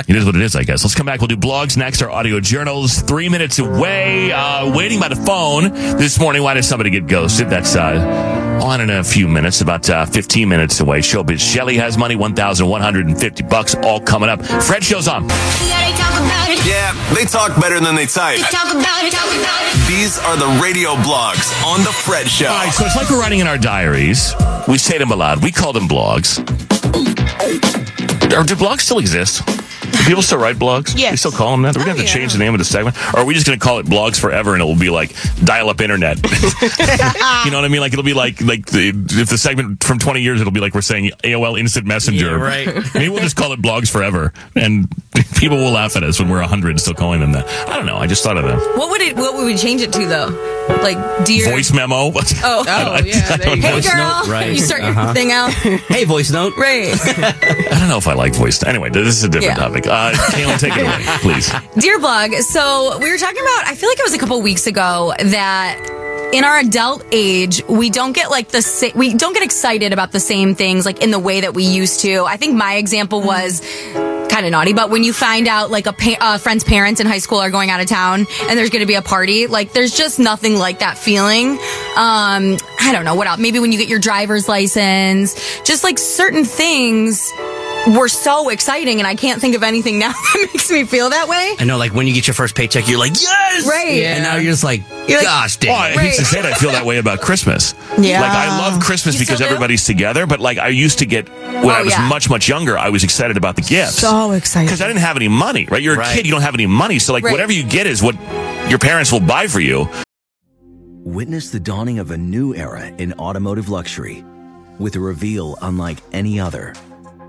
Speaker 5: it is what it is, I guess. Let's come back. We'll do blogs next, our audio journals. Three minutes away, uh, waiting by the phone this morning. Why did somebody get ghosted? That's uh, on in a few minutes, about uh, 15 minutes away. Showbiz Shelly has money, 1150 bucks, all coming up. Fred shows on.
Speaker 4: Yeah, they talk better than they type. These are the radio blogs on The Fred Show.
Speaker 5: All right, so it's like we're writing in our diaries. We say them aloud. We call them blogs. Or do blogs still exist? Do people still write blogs? Yeah. We still call them that? We're going
Speaker 7: Oh,
Speaker 5: to have to change the name of the segment. Or are we just going to call it blogs forever and it will be like dial up internet? you know what I mean? Like it'll be like like the, if the segment from 20 years, it'll be like we're saying AOL Instant Messenger.
Speaker 7: Yeah, right.
Speaker 5: Maybe we'll just call it blogs forever. And people will laugh at us when we're 100 and still calling them that. I don't know. I just thought of that.
Speaker 8: What would it? What would we change it to though? Like dear.
Speaker 5: Voice memo.
Speaker 8: Oh,
Speaker 5: I- I don't know.
Speaker 8: Hey girl, you start your
Speaker 5: Uh-huh.
Speaker 8: thing out. hey
Speaker 7: voice note.
Speaker 8: Right.
Speaker 5: I don't know if I like voice. Anyway, this is a different
Speaker 8: Yeah.
Speaker 5: topic. Uh, Kaylin, take it away, please.
Speaker 8: Dear blog, so we were talking about, I feel like it was a couple weeks ago that in our adult age, we don't get like the sa- we don't get excited about the same things like in the way that we used to. I think my example was kind of naughty, but when you find out like a pa- uh, friend's parents in high school are going out of town and there's going to be a party, like there's just nothing like that feeling. Um, I don't know what else. Maybe when you get your driver's license, just like certain things were so exciting, and I can't think of anything now that makes me feel that way.
Speaker 7: I know, like when you get your first paycheck, you're like, yes,
Speaker 8: Right.
Speaker 7: And now you're just like,
Speaker 8: You're like,
Speaker 7: gosh, damn.
Speaker 5: Well, I hate to say it, I feel that way about Christmas.
Speaker 7: Yeah.
Speaker 5: Like, I love Christmas because everybody's together, but like, I used to get, when I
Speaker 6: Oh,
Speaker 5: was
Speaker 6: yeah.
Speaker 5: much, much younger, I was excited about the gifts.
Speaker 6: So excited.
Speaker 5: because I didn't have any money, right? You're a kid, you don't have any money. So, like,
Speaker 6: Right.
Speaker 5: whatever you get is what your parents will buy for you.
Speaker 14: Witness the dawning of a new era in automotive luxury with a reveal unlike any other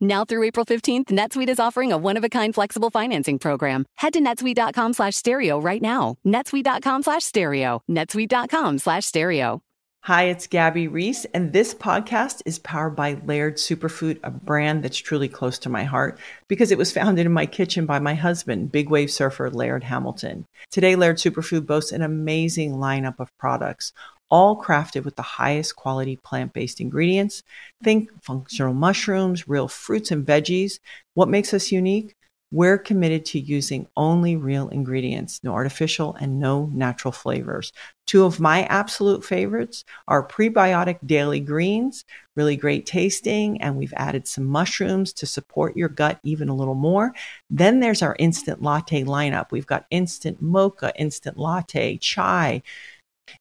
Speaker 15: Now through April 15th, NetSuite is offering a one-of-a-kind flexible financing program. Head to netsuite.com slash stereo right now. netsuite.com slash stereo. netsuite.com slash stereo.
Speaker 10: Hi, it's Gabby Reese, and this podcast is powered by Laird Superfood, a brand that's truly close to my heart because it was founded in my kitchen by my husband, big wave surfer Laird Hamilton. Today, Laird Superfood boasts an amazing lineup of products, all crafted with the highest quality plant based ingredients. Think functional mushrooms, real fruits and veggies. What makes us unique? We're committed to using only real ingredients, no artificial and no natural flavors. Two of my absolute favorites are prebiotic daily greens, really great tasting, and we've added some mushrooms to support your gut even a little more. Then there's our instant latte lineup. We've got instant mocha, instant latte, chai.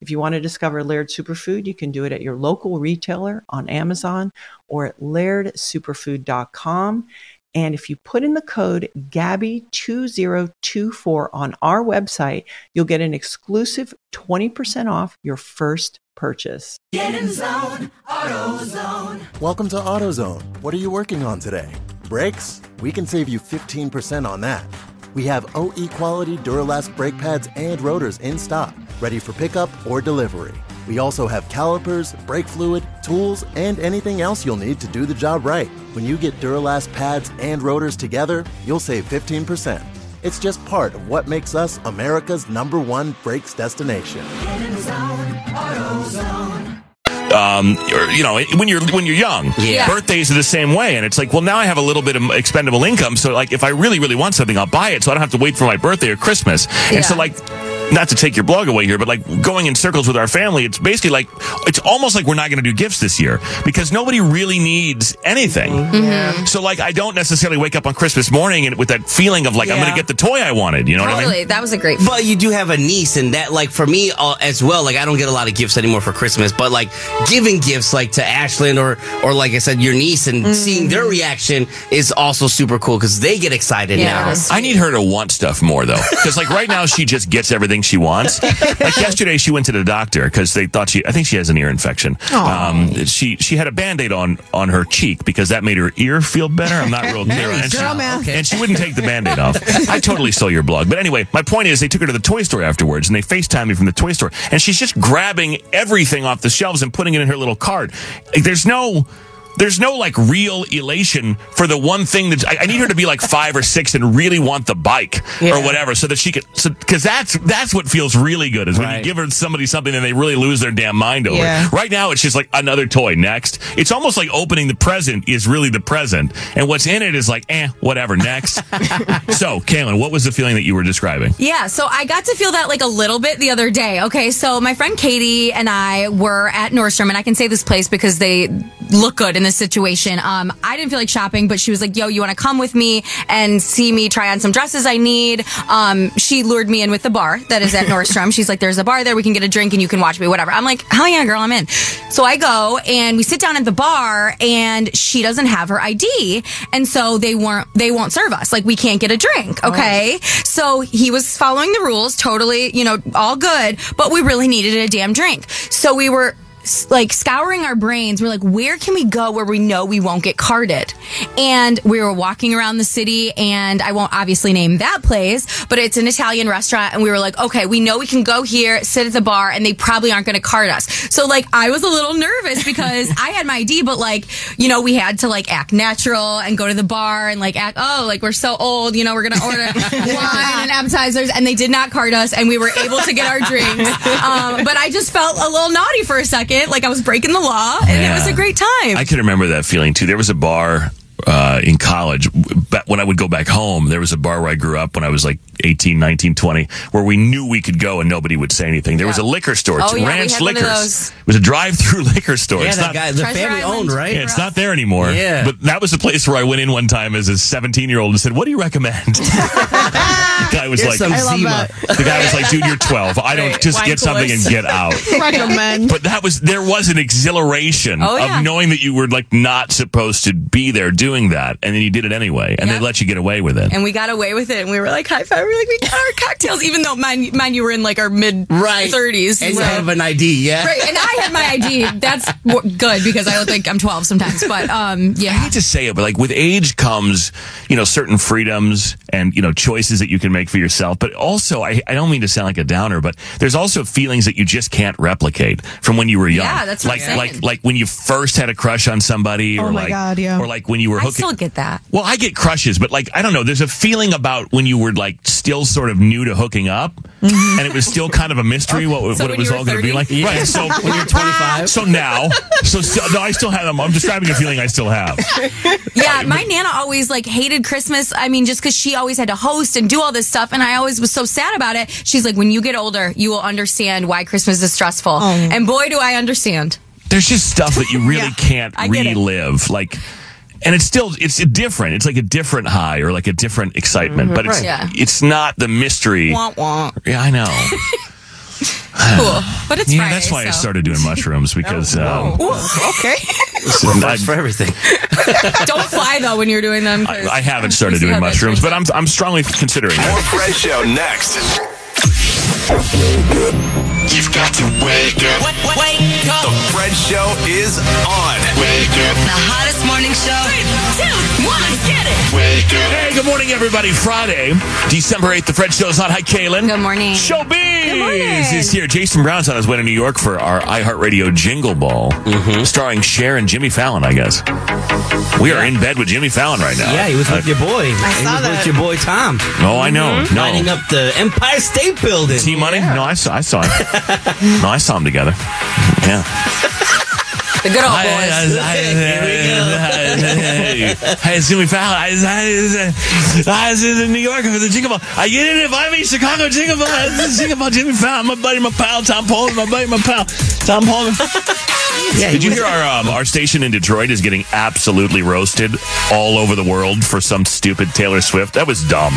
Speaker 10: If you want to discover Laird Superfood, you can do it at your local retailer on Amazon or at lairdsuperfood.com. And if you put in the code GABBY2024 on our website, you'll get an exclusive 20% off your first purchase.
Speaker 2: Get in zone, auto zone.
Speaker 3: Welcome to AutoZone. What are you working on today? Brakes? We can save you 15% on that. We have OE quality Duralast brake pads and rotors in stock, ready for pickup or delivery. We also have calipers, brake fluid, tools, and anything else you'll need to do the job right. When you get Duralast pads and rotors together, you'll save 15%. It's just part of what makes us America's number one brakes destination.
Speaker 2: Get in zone, auto zone.
Speaker 5: um, or, you know, when you're when you're young,
Speaker 2: Yeah.
Speaker 5: birthdays are the same way, and it's like, well, now I have a little bit of expendable income, so like, if I really really want something, I'll buy it, so I don't have to wait for my birthday or Christmas. And so like. Not to take your blog away here, but like going in circles with our family, it's basically like, it's almost like we're not going to do gifts this year because nobody really needs anything. So, like, I don't necessarily wake up on Christmas morning and with that feeling of like, I'm
Speaker 7: Yeah.
Speaker 5: going to get the toy I wanted. You know what I mean?
Speaker 8: That was a great.
Speaker 7: But you do have a niece, and that like for me uh, as well. Like I don't get a lot of gifts anymore for Christmas, but like giving gifts like to Ashlyn or or like I said, your niece, and
Speaker 8: Mm-hmm.
Speaker 7: seeing their reaction is also super cool because they get excited now.
Speaker 5: I need her to want stuff more though, because like right now she just gets everything she wants. Like yesterday, she went to the doctor because they thought she, I think she has an ear infection.
Speaker 2: Aw.
Speaker 5: Um, she she had a band aid on on her cheek because that made her ear feel better. I'm not real clear.
Speaker 2: Hey,
Speaker 5: And she,
Speaker 2: girl math.
Speaker 5: and she wouldn't take the band aid off. I totally stole your blog, but anyway, my point is they took her to the toy store afterwards and they Facetime me from the toy store, and she's just grabbing everything off the shelves and putting it in her little cart. Like, there's no there's no like real elation for the one thing that I, I need her to be like five or six and really want the bike or whatever, so that she could, so because that's that's what feels really good is when you give her somebody something and they really lose their damn mind over.
Speaker 2: Yeah.
Speaker 5: it. Right now, it's just like another toy. Next, it's almost like opening the present is really the present, and what's in it is like eh, whatever. Next. so, Kaylin, what was the feeling that you were describing?
Speaker 8: Yeah, so I got to feel that like a little bit the other day. Okay, so my friend Katie and I were at Nordstrom, and I can say this place because they look good in this situation. Um, I didn't feel like shopping, but she was like, "Yo, you want to come with me and see me try on some dresses I need?" Um, she lured me in with the bar that is at Nordstrom. She's like, "There's a bar there. We can get a drink and you can watch me, whatever." I'm like, "Hell yeah, girl, I'm in." So I go and we sit down at the bar, and she doesn't have her ID, and so they weren't they won't serve us. Like we can't get a drink. Okay, so he was following the rules, totally, you know, all good, but we really needed a damn drink. So we were s- like scouring our brains. We're like, where can we go where we know we won't get carded? And we were walking around the city, and I won't obviously name that place, but it's an Italian restaurant. And we were like, okay, we know we can go here, sit at the bar, and they probably aren't going to card us. So, like, I was a little nervous because I had my ID, but like, you know, we had to like act natural and go to the bar and like act, oh, like we're so old, you know, we're going to order wine and appetizers. And they did not card us, and we were able to get our drinks. Um, but I just felt a little naughty for a second, like I was breaking the law, and it was
Speaker 5: Yeah.
Speaker 8: a great time.
Speaker 5: I can remember that feeling too. There was a bar uh, in college w- ba- when I would go back home. There was a bar where I grew up when I was like 18, 19, 20, where we knew we could go and nobody would say anything. There was a liquor store,
Speaker 8: Oh,
Speaker 5: it's
Speaker 8: yeah, we
Speaker 5: Ranch
Speaker 8: had one of
Speaker 5: Liquors.
Speaker 8: those.
Speaker 5: It was a drive-through liquor store.
Speaker 7: Yeah,
Speaker 5: it's
Speaker 7: that guy- the Treasure family owned, Island. right?
Speaker 5: Yeah, it's not there anymore.
Speaker 7: Yeah.
Speaker 5: but that was the place where I went in one time as a 17-year-old and said, "What do you recommend?" the guy was
Speaker 7: Here's
Speaker 5: like,
Speaker 7: some I love Zima. that.
Speaker 5: "The guy was like, dude, you're 12. I don't
Speaker 7: Right,
Speaker 5: just
Speaker 7: wine
Speaker 5: get something and
Speaker 7: coolers.
Speaker 5: get out."
Speaker 6: Recommend.
Speaker 5: But that was there was an exhilaration
Speaker 6: Oh, yeah.
Speaker 5: of knowing that you were like not supposed to be there doing that, and then you did it anyway, and they let you get away with it.
Speaker 8: and we got away with it, and we were like high five. We were like, we got our cocktails, even though mine, mine, you were in like our mid thirties.
Speaker 7: And you have an ID, yeah.
Speaker 8: Right, and I had my ID. That's w- good because I look like I'm 12 sometimes. But um,
Speaker 5: I
Speaker 8: yeah,
Speaker 5: hate to say it, but like with age comes, you know, certain freedoms and, you know, choices that you can make for yourself. But also, I, I don't mean to sound like a downer, but there's also feelings that you just can't replicate from when you were young.
Speaker 8: Yeah, that's what
Speaker 5: like,
Speaker 8: I'm saying.
Speaker 5: like, like when you first had a crush on somebody
Speaker 8: Oh
Speaker 5: or
Speaker 8: my
Speaker 5: like,
Speaker 8: God, yeah.
Speaker 5: or like when you were
Speaker 8: I
Speaker 5: hooking.
Speaker 8: still get that.
Speaker 5: Well, I get crushes, but like I don't know. There's a feeling about when you were like still sort of new to hooking up,
Speaker 8: Mm-hmm.
Speaker 5: and it was still kind of a mystery what,
Speaker 2: So
Speaker 5: what it
Speaker 2: when
Speaker 5: was
Speaker 2: you were
Speaker 5: all going to be
Speaker 2: 30?
Speaker 5: like.
Speaker 2: Yeah.
Speaker 5: Right. So
Speaker 2: When you're
Speaker 5: 25. So now, so still, no, I still have. I'm, I'm describing a feeling I still have.
Speaker 8: yeah. My nana always like hated Christmas. I mean, just because she always had to host and do all this stuff, and I always was so sad about it. She's like, when you get older, you will understand why Christmas is stressful. And boy, do I understand.
Speaker 5: There's just stuff that you really can't
Speaker 8: I get it.
Speaker 5: relive, like. And it's still it's different. It's like a different high or like a different excitement,
Speaker 8: Mhm.
Speaker 5: but it's
Speaker 8: Right. Yeah.
Speaker 5: it's not the mystery.
Speaker 8: Wah, wah.
Speaker 5: Yeah, I know.
Speaker 8: Cool, but it's
Speaker 5: yeah,
Speaker 8: Friday,
Speaker 5: that's why I
Speaker 8: so- Oh.
Speaker 5: started doing mushrooms because um,
Speaker 8: okay.
Speaker 5: for everything.
Speaker 8: Don't fly though when you're doing them. 'cause-
Speaker 5: I haven't started doing mushrooms, but I'm I'm strongly considering it.
Speaker 4: Fresh show next.
Speaker 2: You've
Speaker 4: got to wake up. Wake up. The Fred Show is on. Wake up.
Speaker 2: The hottest morning show. Three, two, one, get it.
Speaker 4: Wake up.
Speaker 5: Hey, good morning, everybody. Friday, December 8th, the Fred Show's on. Hi, Kaylin. Good morning. Show Bees is here. Jason Brown's on his way to New York for our iHeartRadio Jingle Ball, starring Cher and Jimmy Fallon, I guess. We are in bed with Jimmy Fallon right now.
Speaker 7: Yeah, he was
Speaker 5: Uh,
Speaker 7: with your boy. I he
Speaker 5: saw that.
Speaker 7: was
Speaker 5: Mm-hmm.
Speaker 7: with your boy Tom.
Speaker 5: No, I know. No.
Speaker 7: Lining up the Empire State Building.
Speaker 5: T Money? No, I saw, I saw him. no, I saw him together. Yeah.
Speaker 8: The good old
Speaker 5: I-
Speaker 8: boys.
Speaker 5: I- I- Hey, hey, it's Jimmy Fallon. I, I, I, I was in New York for the Jingle Ball. I get in if I'm in Chicago Jingle Ball. I was in Jingle Ball, Jimmy Fallon. My buddy, my pal, Tom Poland. My buddy, my pal, Tom Poland.
Speaker 7: Yeah,
Speaker 5: Did
Speaker 7: he
Speaker 5: you
Speaker 7: was-
Speaker 5: hear our um, our station in Detroit is getting absolutely roasted all over the world for some stupid Taylor Swift? That was dumb.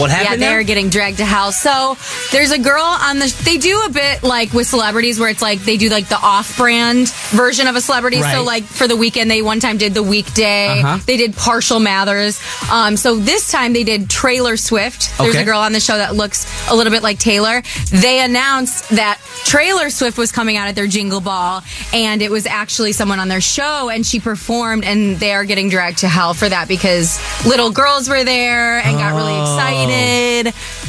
Speaker 5: What
Speaker 8: Yeah, they're getting dragged to hell. So there's a girl on the. They do a bit like with celebrities where it's like they do like the off-brand version of a celebrity. So
Speaker 13: Right.
Speaker 8: like for the weekend, they one time did the weekday.
Speaker 13: Uh-huh.
Speaker 8: They did partial Mathers. Um, so this time they did Trailer Swift. There's
Speaker 13: Okay.
Speaker 8: a girl on the show that looks a little bit like Taylor. They announced that Trailer Swift was coming out at their Jingle Ball, and it was actually someone on their show, and she performed, and they are getting dragged to hell for that because little girls were there and got really excited.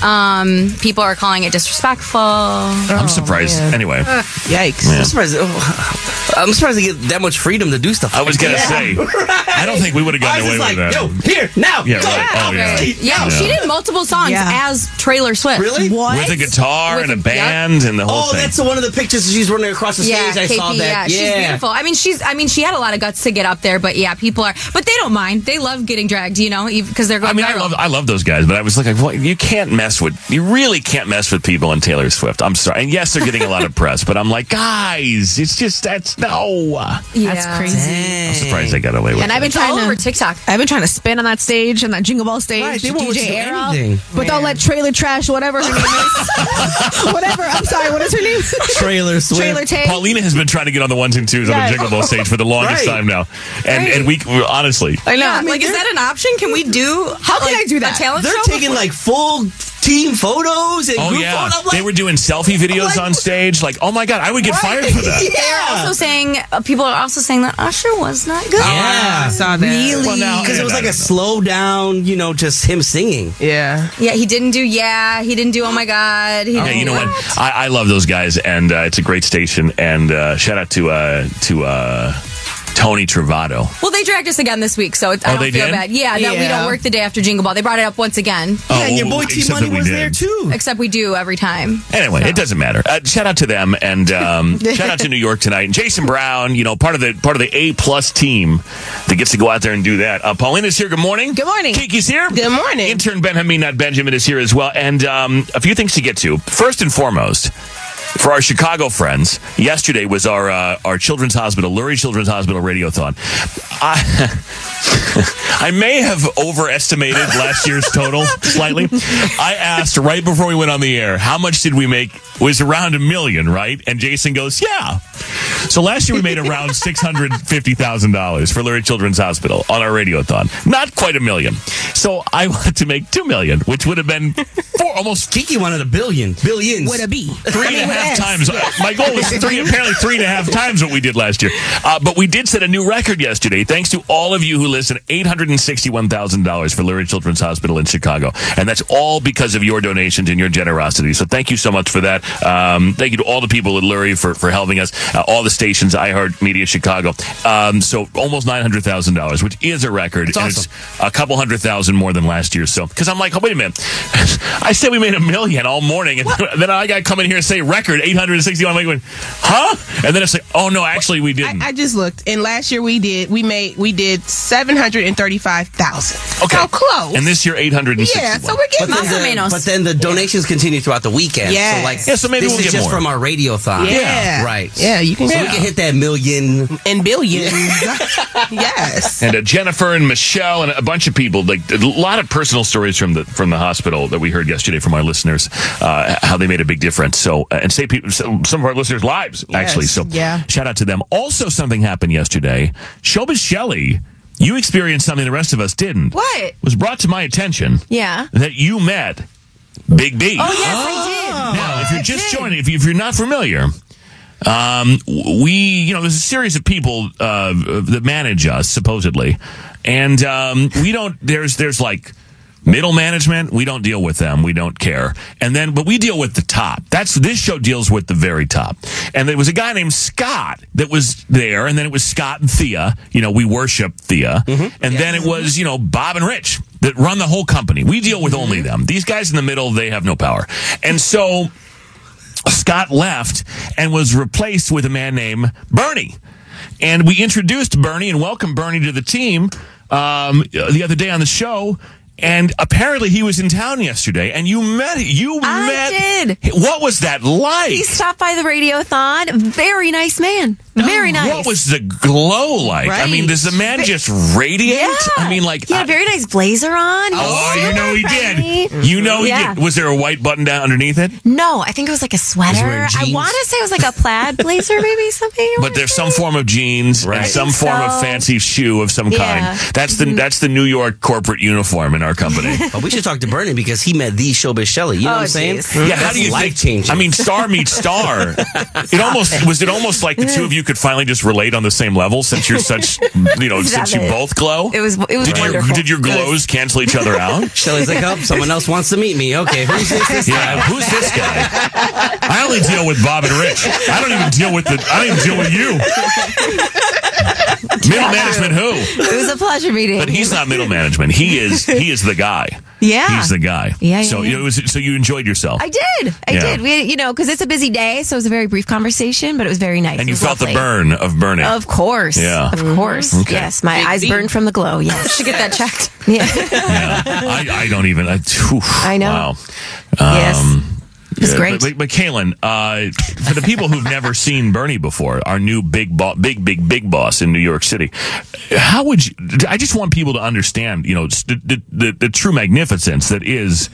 Speaker 8: Um, people are calling it disrespectful.
Speaker 5: I'm surprised. Anyway.
Speaker 8: Oh,
Speaker 7: yikes!
Speaker 5: Yeah.
Speaker 7: I'm surprised. oh, I'm surprised they get that much freedom to do stuff.
Speaker 5: I was gonna say, I don't think we would have gotten away
Speaker 7: Ours is
Speaker 5: with
Speaker 7: like,
Speaker 5: that.
Speaker 7: yo, here, now,
Speaker 5: Yeah,
Speaker 7: go.
Speaker 5: right. Oh, yeah.
Speaker 8: Yeah, she did multiple songs as Trailer Swift. Really? What?
Speaker 5: With a guitar and a band and the whole
Speaker 7: Oh,
Speaker 5: thing.
Speaker 7: that's one of the pictures. She's running across the stage. I saw that.
Speaker 8: Yeah,
Speaker 7: Yeah,
Speaker 8: she's beautiful. I mean, she's. I mean, she had a lot of guts to get up there, but yeah, people are. But they don't mind. They love getting dragged, you know, because they're going.
Speaker 5: I mean, I love I love those guys, but I was like, what? you can't mess with you really can't mess with people in Taylor Swift. I'm sorry, and yes, they're getting a lot of press, but I'm like, guys, it's just that's no.
Speaker 6: That's
Speaker 8: Eh.
Speaker 6: crazy.
Speaker 5: I'm surprised they got away with.
Speaker 6: And I've been trying to
Speaker 8: over TikTok.
Speaker 6: I've been trying to spin on that stage, on that jingle ball stage,
Speaker 7: Right,
Speaker 6: to
Speaker 7: they won't
Speaker 6: DJ
Speaker 7: listen to
Speaker 6: Arrow,
Speaker 7: anything.
Speaker 6: but don't let trailer trash, whatever her name is, whatever. I'm sorry, what is her name?
Speaker 7: Trailer
Speaker 5: it.
Speaker 6: Trailer tape.
Speaker 5: Paulina has been trying to get on the ones and twos on
Speaker 6: Yes.
Speaker 5: the Jingle Ball stage for the longest
Speaker 6: Right.
Speaker 5: time now, and and we honestly,
Speaker 6: I know.
Speaker 8: Yeah, like, is that an option? Can we do?
Speaker 7: How can I do that?
Speaker 8: talent
Speaker 7: They're
Speaker 8: show?
Speaker 7: taking like full team photos and
Speaker 5: oh
Speaker 7: group
Speaker 5: yeah,
Speaker 7: photos. I'm like,
Speaker 5: they were doing selfie videos on stage. Like, oh my god, I would get fired for that.
Speaker 8: They're also saying uh, people are also saying that Usher was not good.
Speaker 5: Oh.
Speaker 7: yeah, I saw that. Really? Because it was like a slow down, you know, just him singing.
Speaker 9: Yeah.
Speaker 8: Yeah, he didn't do. Yeah, he didn't do. Oh my God. He
Speaker 5: Yeah,
Speaker 8: didn't
Speaker 5: you know
Speaker 8: do-
Speaker 5: what? I, I love those guys, and uh, it's a great station. And uh, shout out to uh, to uh, Tony Travato.
Speaker 8: Well, they dragged us again this week, so it,
Speaker 5: Oh,
Speaker 8: I don't
Speaker 5: they
Speaker 8: feel
Speaker 5: did?
Speaker 8: bad. Yeah, that we
Speaker 5: Yeah.
Speaker 8: don't work the day after Jingle Ball. They brought it up once again.
Speaker 5: Oh, Yeah, and your boy T except Money that we was did. there,
Speaker 7: too.
Speaker 8: Except we do every time.
Speaker 5: Anyway, it doesn't matter. Uh, shout out to them, and um, shout out to New York tonight. And Jason Brown, you know, part of the part of the A plus team that gets to go out there and do that. Uh, Paulina's here. Good morning. Good morning. Kiki's here. Good morning. Intern Benjamin, not Benjamin, is here as well. And um, a few things to get to. First and foremost. For our Chicago friends, yesterday was our uh, our Children's Hospital, Lurie Children's Hospital Radiothon. I, I may have overestimated last year's total slightly. I asked right before we went on the air, how much did we make? It was around a million, right? And Jason goes, yeah. So last year we made around $650,000 for Lurie Children's Hospital on our radiothon. Not quite a million. So I wanted to make 2 million, which would have been four, almost
Speaker 7: Kiki wanted a billion. Billions. What a B.
Speaker 5: Three and a half times. Uh, My goal was three, apparently three and a half times what we did last year. Uh, but we did set a new record yesterday. Thanks to all of you who listen, eight hundred and sixty-one thousand dollars for Lurie Children's Hospital in Chicago, and that's all because of your donations and your generosity. So thank you so much for that. Um, thank you to all the people at Lurie for for helping us. Uh, all the stations, iHeartMedia Chicago. Um, so almost nine hundred thousand dollars, which is a record.
Speaker 7: That's
Speaker 5: and
Speaker 7: awesome.
Speaker 5: it's a couple hundred thousand more than last year. So, because I'm like, oh, wait a minute, I said we made a million all morning, and then I got to come in here and say record 861. I'm like, huh? And then it's like, oh no, actually we didn't.
Speaker 9: I just looked, and last year we did we made we did seven hundred and thirty five thousand.
Speaker 5: Okay.
Speaker 9: so close.
Speaker 5: and this year, 860.
Speaker 9: Oh. yeah, so we're
Speaker 7: But
Speaker 9: getting
Speaker 7: then, the, but then the donations continue throughout the weekend.
Speaker 9: Yes.
Speaker 7: So like,
Speaker 9: Yeah, so maybe
Speaker 7: this
Speaker 9: we'll
Speaker 7: is
Speaker 9: get
Speaker 7: just
Speaker 9: more.
Speaker 7: from our radiothon.
Speaker 9: Yeah.
Speaker 7: right.
Speaker 9: Yeah, you can-
Speaker 7: So we
Speaker 9: Yeah.
Speaker 7: can hit that million
Speaker 9: and billions. yes.
Speaker 5: And uh, Jennifer and Michelle and a bunch of people, like a lot of personal stories from the from the hospital that we heard yesterday from our listeners, uh, how they made a big difference. So uh, and save people, some some of our listeners' lives actually. So
Speaker 9: Yeah.
Speaker 5: shout out to them. Also, something happened yesterday. Showbiz Shelley, you experienced something the rest of us didn't.
Speaker 8: What?
Speaker 5: was brought to my attention
Speaker 8: Yeah.
Speaker 5: that you met Big B.
Speaker 2: Oh, yes, I did.
Speaker 5: Now, if you're just joining, if, you, if you're not familiar, um, w- we, you know, there's a series of people uh, that manage us supposedly, and um, we don't. There's there's like middle management. We don't deal with them. We don't care. And then, but we deal with the top. That's this show deals with the very top. And there was a guy named Scott that was there, and then it was Scott and Thea. You know, we worship Thea, and then it was you know Bob and Rich that run the whole company. We deal with only them. These guys in the middle, they have no power. And so Scott left and was replaced with a man named Bernie. And we introduced Bernie and welcomed Bernie to the team um, the other day on the show. And apparently he was in town yesterday, and you met. You
Speaker 8: I
Speaker 5: met. What was that like?
Speaker 8: He stopped by the radiothon. Very nice man. Very nice.
Speaker 5: Oh, What was the glow like? I mean,
Speaker 8: Right.
Speaker 5: does the man
Speaker 8: Ve-
Speaker 5: just radiate? I mean, like uh,
Speaker 8: He had a very nice blazer on. He was
Speaker 5: Oh, you
Speaker 8: super
Speaker 5: know he did.
Speaker 8: friendly.
Speaker 5: You know he
Speaker 8: Yeah.
Speaker 5: did. Was there a white button down underneath it?
Speaker 8: No, I think it was like a sweater. I want to say it was like a plaid blazer, maybe something.
Speaker 5: But there's some form of jeans and some
Speaker 8: think
Speaker 5: form
Speaker 8: so.
Speaker 5: of fancy shoe of some
Speaker 8: Yeah. Mm-hmm.
Speaker 5: kind. That's the that's the New York corporate uniform in our company.
Speaker 7: But we should talk to Bernie because he met the showbiz Shelley. You know
Speaker 5: Oh,
Speaker 7: what I'm saying?
Speaker 5: geez. Yeah, how do you think-
Speaker 7: life changing?
Speaker 5: I mean, star meets star. It almost was it almost like the two of you could finally just relate on the same level since you're such you know
Speaker 8: Stop
Speaker 5: since you
Speaker 8: it.
Speaker 5: both glow.
Speaker 8: It was- it was
Speaker 5: did your,
Speaker 8: wonderful.
Speaker 5: did your glows cancel each other out?
Speaker 7: Shelley's like, oh, someone else wants to meet me. Okay, who's this? this
Speaker 5: Yeah,
Speaker 7: guy?
Speaker 5: who's this guy? I only deal with Bob and Rich. I don't even deal with the. I don't even deal with you. Middle management, who?
Speaker 8: It was a pleasure meeting.
Speaker 5: But he's not middle management. He is. He is the guy.
Speaker 8: Yeah.
Speaker 5: he's the guy.
Speaker 8: Yeah, yeah,
Speaker 5: so
Speaker 8: yeah.
Speaker 5: it was. So you enjoyed yourself,
Speaker 8: I did. I
Speaker 5: Yeah.
Speaker 8: did. We, you know, because it's a busy day, so it was a very brief conversation, but it was very nice. It
Speaker 5: and you
Speaker 8: was
Speaker 5: felt
Speaker 8: lovely.
Speaker 5: the burn of burning.
Speaker 8: Of course.
Speaker 5: Yeah. Mm-hmm.
Speaker 8: Of course.
Speaker 5: Okay.
Speaker 8: Yes. My eyes burned from the glow. Yes. Should get that checked. Yeah.
Speaker 5: I, I don't even. I,
Speaker 8: I know.
Speaker 5: Wow. Um,
Speaker 8: Yes. was
Speaker 5: yeah,
Speaker 8: great.
Speaker 5: But, but Kaylin, uh, for the people who've never seen Bernie before, our new big boss, big, big, big boss in New York City, how would you? I just want people to understand, you know, s- the, the, the, the true magnificence that is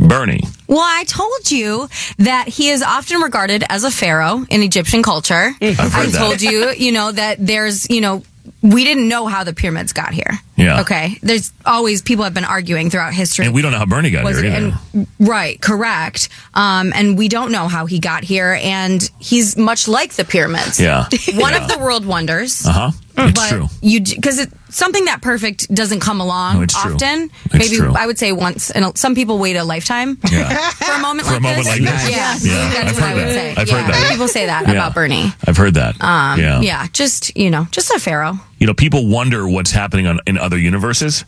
Speaker 5: Bernie.
Speaker 8: Well, I told you that he is often regarded as a pharaoh in Egyptian culture.
Speaker 5: I've heard
Speaker 8: I
Speaker 5: that.
Speaker 8: told you, you know, that there's, you know, we didn't know how the pyramids got here.
Speaker 5: Yeah.
Speaker 8: Okay. There's always people have been arguing throughout history.
Speaker 5: And we don't know how Bernie got
Speaker 8: Was
Speaker 5: here
Speaker 8: it-
Speaker 5: either.
Speaker 8: and- right, correct. Um, and we don't know how he got here, and he's much like the pyramids.
Speaker 5: Yeah.
Speaker 8: one
Speaker 5: Yeah.
Speaker 8: of the world wonders.
Speaker 5: Uh huh. It's
Speaker 8: Mm. but
Speaker 5: true.
Speaker 8: You because something that perfect doesn't come along
Speaker 5: No, it's true.
Speaker 8: often.
Speaker 5: It's
Speaker 8: Maybe
Speaker 5: true.
Speaker 8: I would say once, and some people wait a lifetime
Speaker 5: Yeah.
Speaker 8: for a moment
Speaker 5: For
Speaker 8: like
Speaker 5: a moment
Speaker 8: this.
Speaker 5: like
Speaker 8: Yeah,
Speaker 5: this? Yeah,
Speaker 8: that's
Speaker 5: I've
Speaker 8: what
Speaker 5: heard
Speaker 8: I would
Speaker 5: that.
Speaker 8: say.
Speaker 5: I've
Speaker 8: yeah.
Speaker 5: heard that.
Speaker 8: people say that
Speaker 5: Yeah.
Speaker 8: about Bernie.
Speaker 5: I've heard that.
Speaker 8: Um, yeah. just you know, just a pharaoh.
Speaker 5: You know, people wonder what's happening on, in other universes.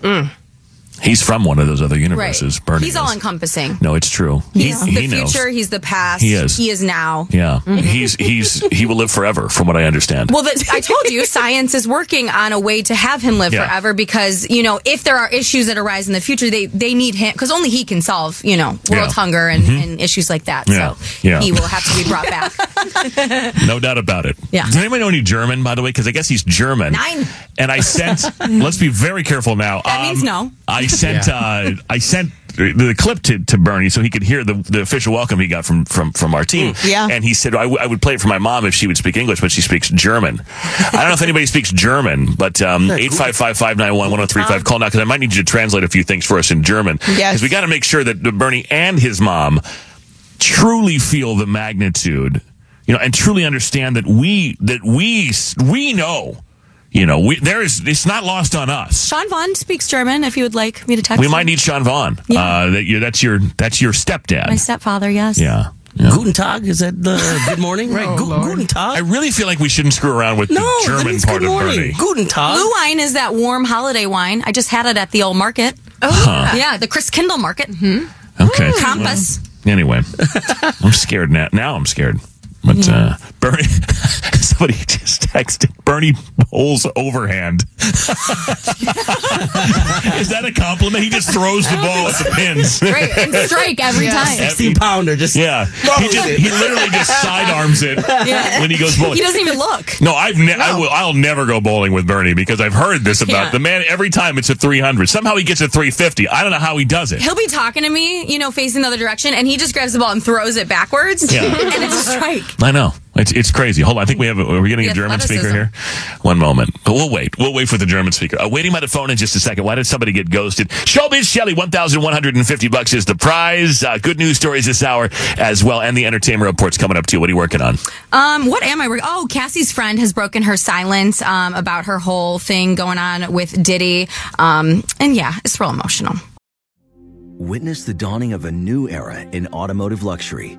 Speaker 5: He's from one of those other universes.
Speaker 8: Mm. right.
Speaker 5: Bernie.
Speaker 8: He's
Speaker 5: is.
Speaker 8: all encompassing.
Speaker 5: no, it's true.
Speaker 8: He's
Speaker 5: He,
Speaker 8: the
Speaker 5: he knows.
Speaker 8: future. Mm-hmm. He's the past.
Speaker 5: He is.
Speaker 8: He is now.
Speaker 5: Yeah, he's he's he will live forever, from what I understand.
Speaker 8: Well, that, I told you, science is working on a way to have him live
Speaker 5: Yeah.
Speaker 8: forever because you know if there are issues that arise in the future, they they need him because only he can solve you know world
Speaker 5: Yeah.
Speaker 8: hunger and,
Speaker 5: Mhm.
Speaker 8: and issues like that.
Speaker 5: Yeah.
Speaker 8: So
Speaker 5: Yeah.
Speaker 8: he will have to be brought back.
Speaker 5: no doubt about it.
Speaker 8: Yeah.
Speaker 5: Does anybody know any German, by the way? Because I guess he's German.
Speaker 8: Nein.
Speaker 5: And I sent. let's be very careful now. Um,
Speaker 8: That means no.
Speaker 5: I sent.
Speaker 8: Yeah.
Speaker 5: Uh, I sent the clip to, to Bernie so he could hear the, the official welcome he got from from from our team.
Speaker 8: Mm. Yeah.
Speaker 5: And he said I, w- I would play it for my mom if she would speak English, but she speaks German. I don't know if anybody speaks German, but um, eight five five five nine one one zero three five. Call now because I might need you to translate a few things for us in German.
Speaker 13: Yes.
Speaker 5: Because we got to make sure that the Bernie and his mom truly feel the magnitude, you know, and truly understand that we that we we know, you know, we, there is it's not lost on us.
Speaker 8: Sean Vaughn speaks German. If you would like me to text,
Speaker 5: We might
Speaker 8: him.
Speaker 5: need Sean Vaughn.
Speaker 8: Yeah.
Speaker 5: Uh, that you, that's your that's your stepdad.
Speaker 8: my stepfather. Yes.
Speaker 5: yeah.
Speaker 7: Guten Tag? Is that the good morning? Right? Gu- guten Tag?
Speaker 5: I really feel like we shouldn't screw around with
Speaker 7: No,
Speaker 5: the
Speaker 7: that
Speaker 5: German
Speaker 7: means
Speaker 5: part
Speaker 7: good
Speaker 5: of
Speaker 7: morning.
Speaker 5: Bernie.
Speaker 7: Guten Tag.
Speaker 8: Blue wine is that warm holiday wine. I just had it at the old market. Oh
Speaker 5: Huh.
Speaker 8: yeah, the Chris Kindle market. hmm
Speaker 5: Okay.
Speaker 8: Compass.
Speaker 5: Well, anyway, I'm scared now. Now I'm scared. But uh, Bernie, somebody just texted Bernie Bowles overhand. Is that a compliment? He just throws the ball at the pins.
Speaker 8: Great, and strike every Yeah. time.
Speaker 7: 16 pounder. Just
Speaker 5: yeah. He, just, he literally just sidearms it
Speaker 8: Yeah.
Speaker 5: when he goes bowling.
Speaker 8: He doesn't even look.
Speaker 5: No, I've ne- I will. I'll never go bowling with Bernie because I've heard this about
Speaker 8: Yeah.
Speaker 5: the man. Every time it's a 300. Somehow he gets a 350. I don't know how he does it.
Speaker 8: He'll be talking to me, you know, facing the other direction, and he just grabs the ball and throws it backwards,
Speaker 5: Yeah.
Speaker 8: and it's a strike.
Speaker 5: I know. It's, it's crazy. Hold on. I think we have, are we getting a German speaker here? One moment. But we'll wait. We'll wait for the German speaker. Uh, waiting by the phone in just a second. Why did somebody get ghosted? Showbiz Shelley, 1,150 bucks is the prize. Uh, good news stories this hour as well. And the entertainment report's coming up too. What are you working on?
Speaker 8: Um, what am I? Re- oh, Cassie's friend has broken her silence um, about her whole thing going on with Diddy, um, and yeah, it's real emotional.
Speaker 14: Witness the dawning of a new era in automotive luxury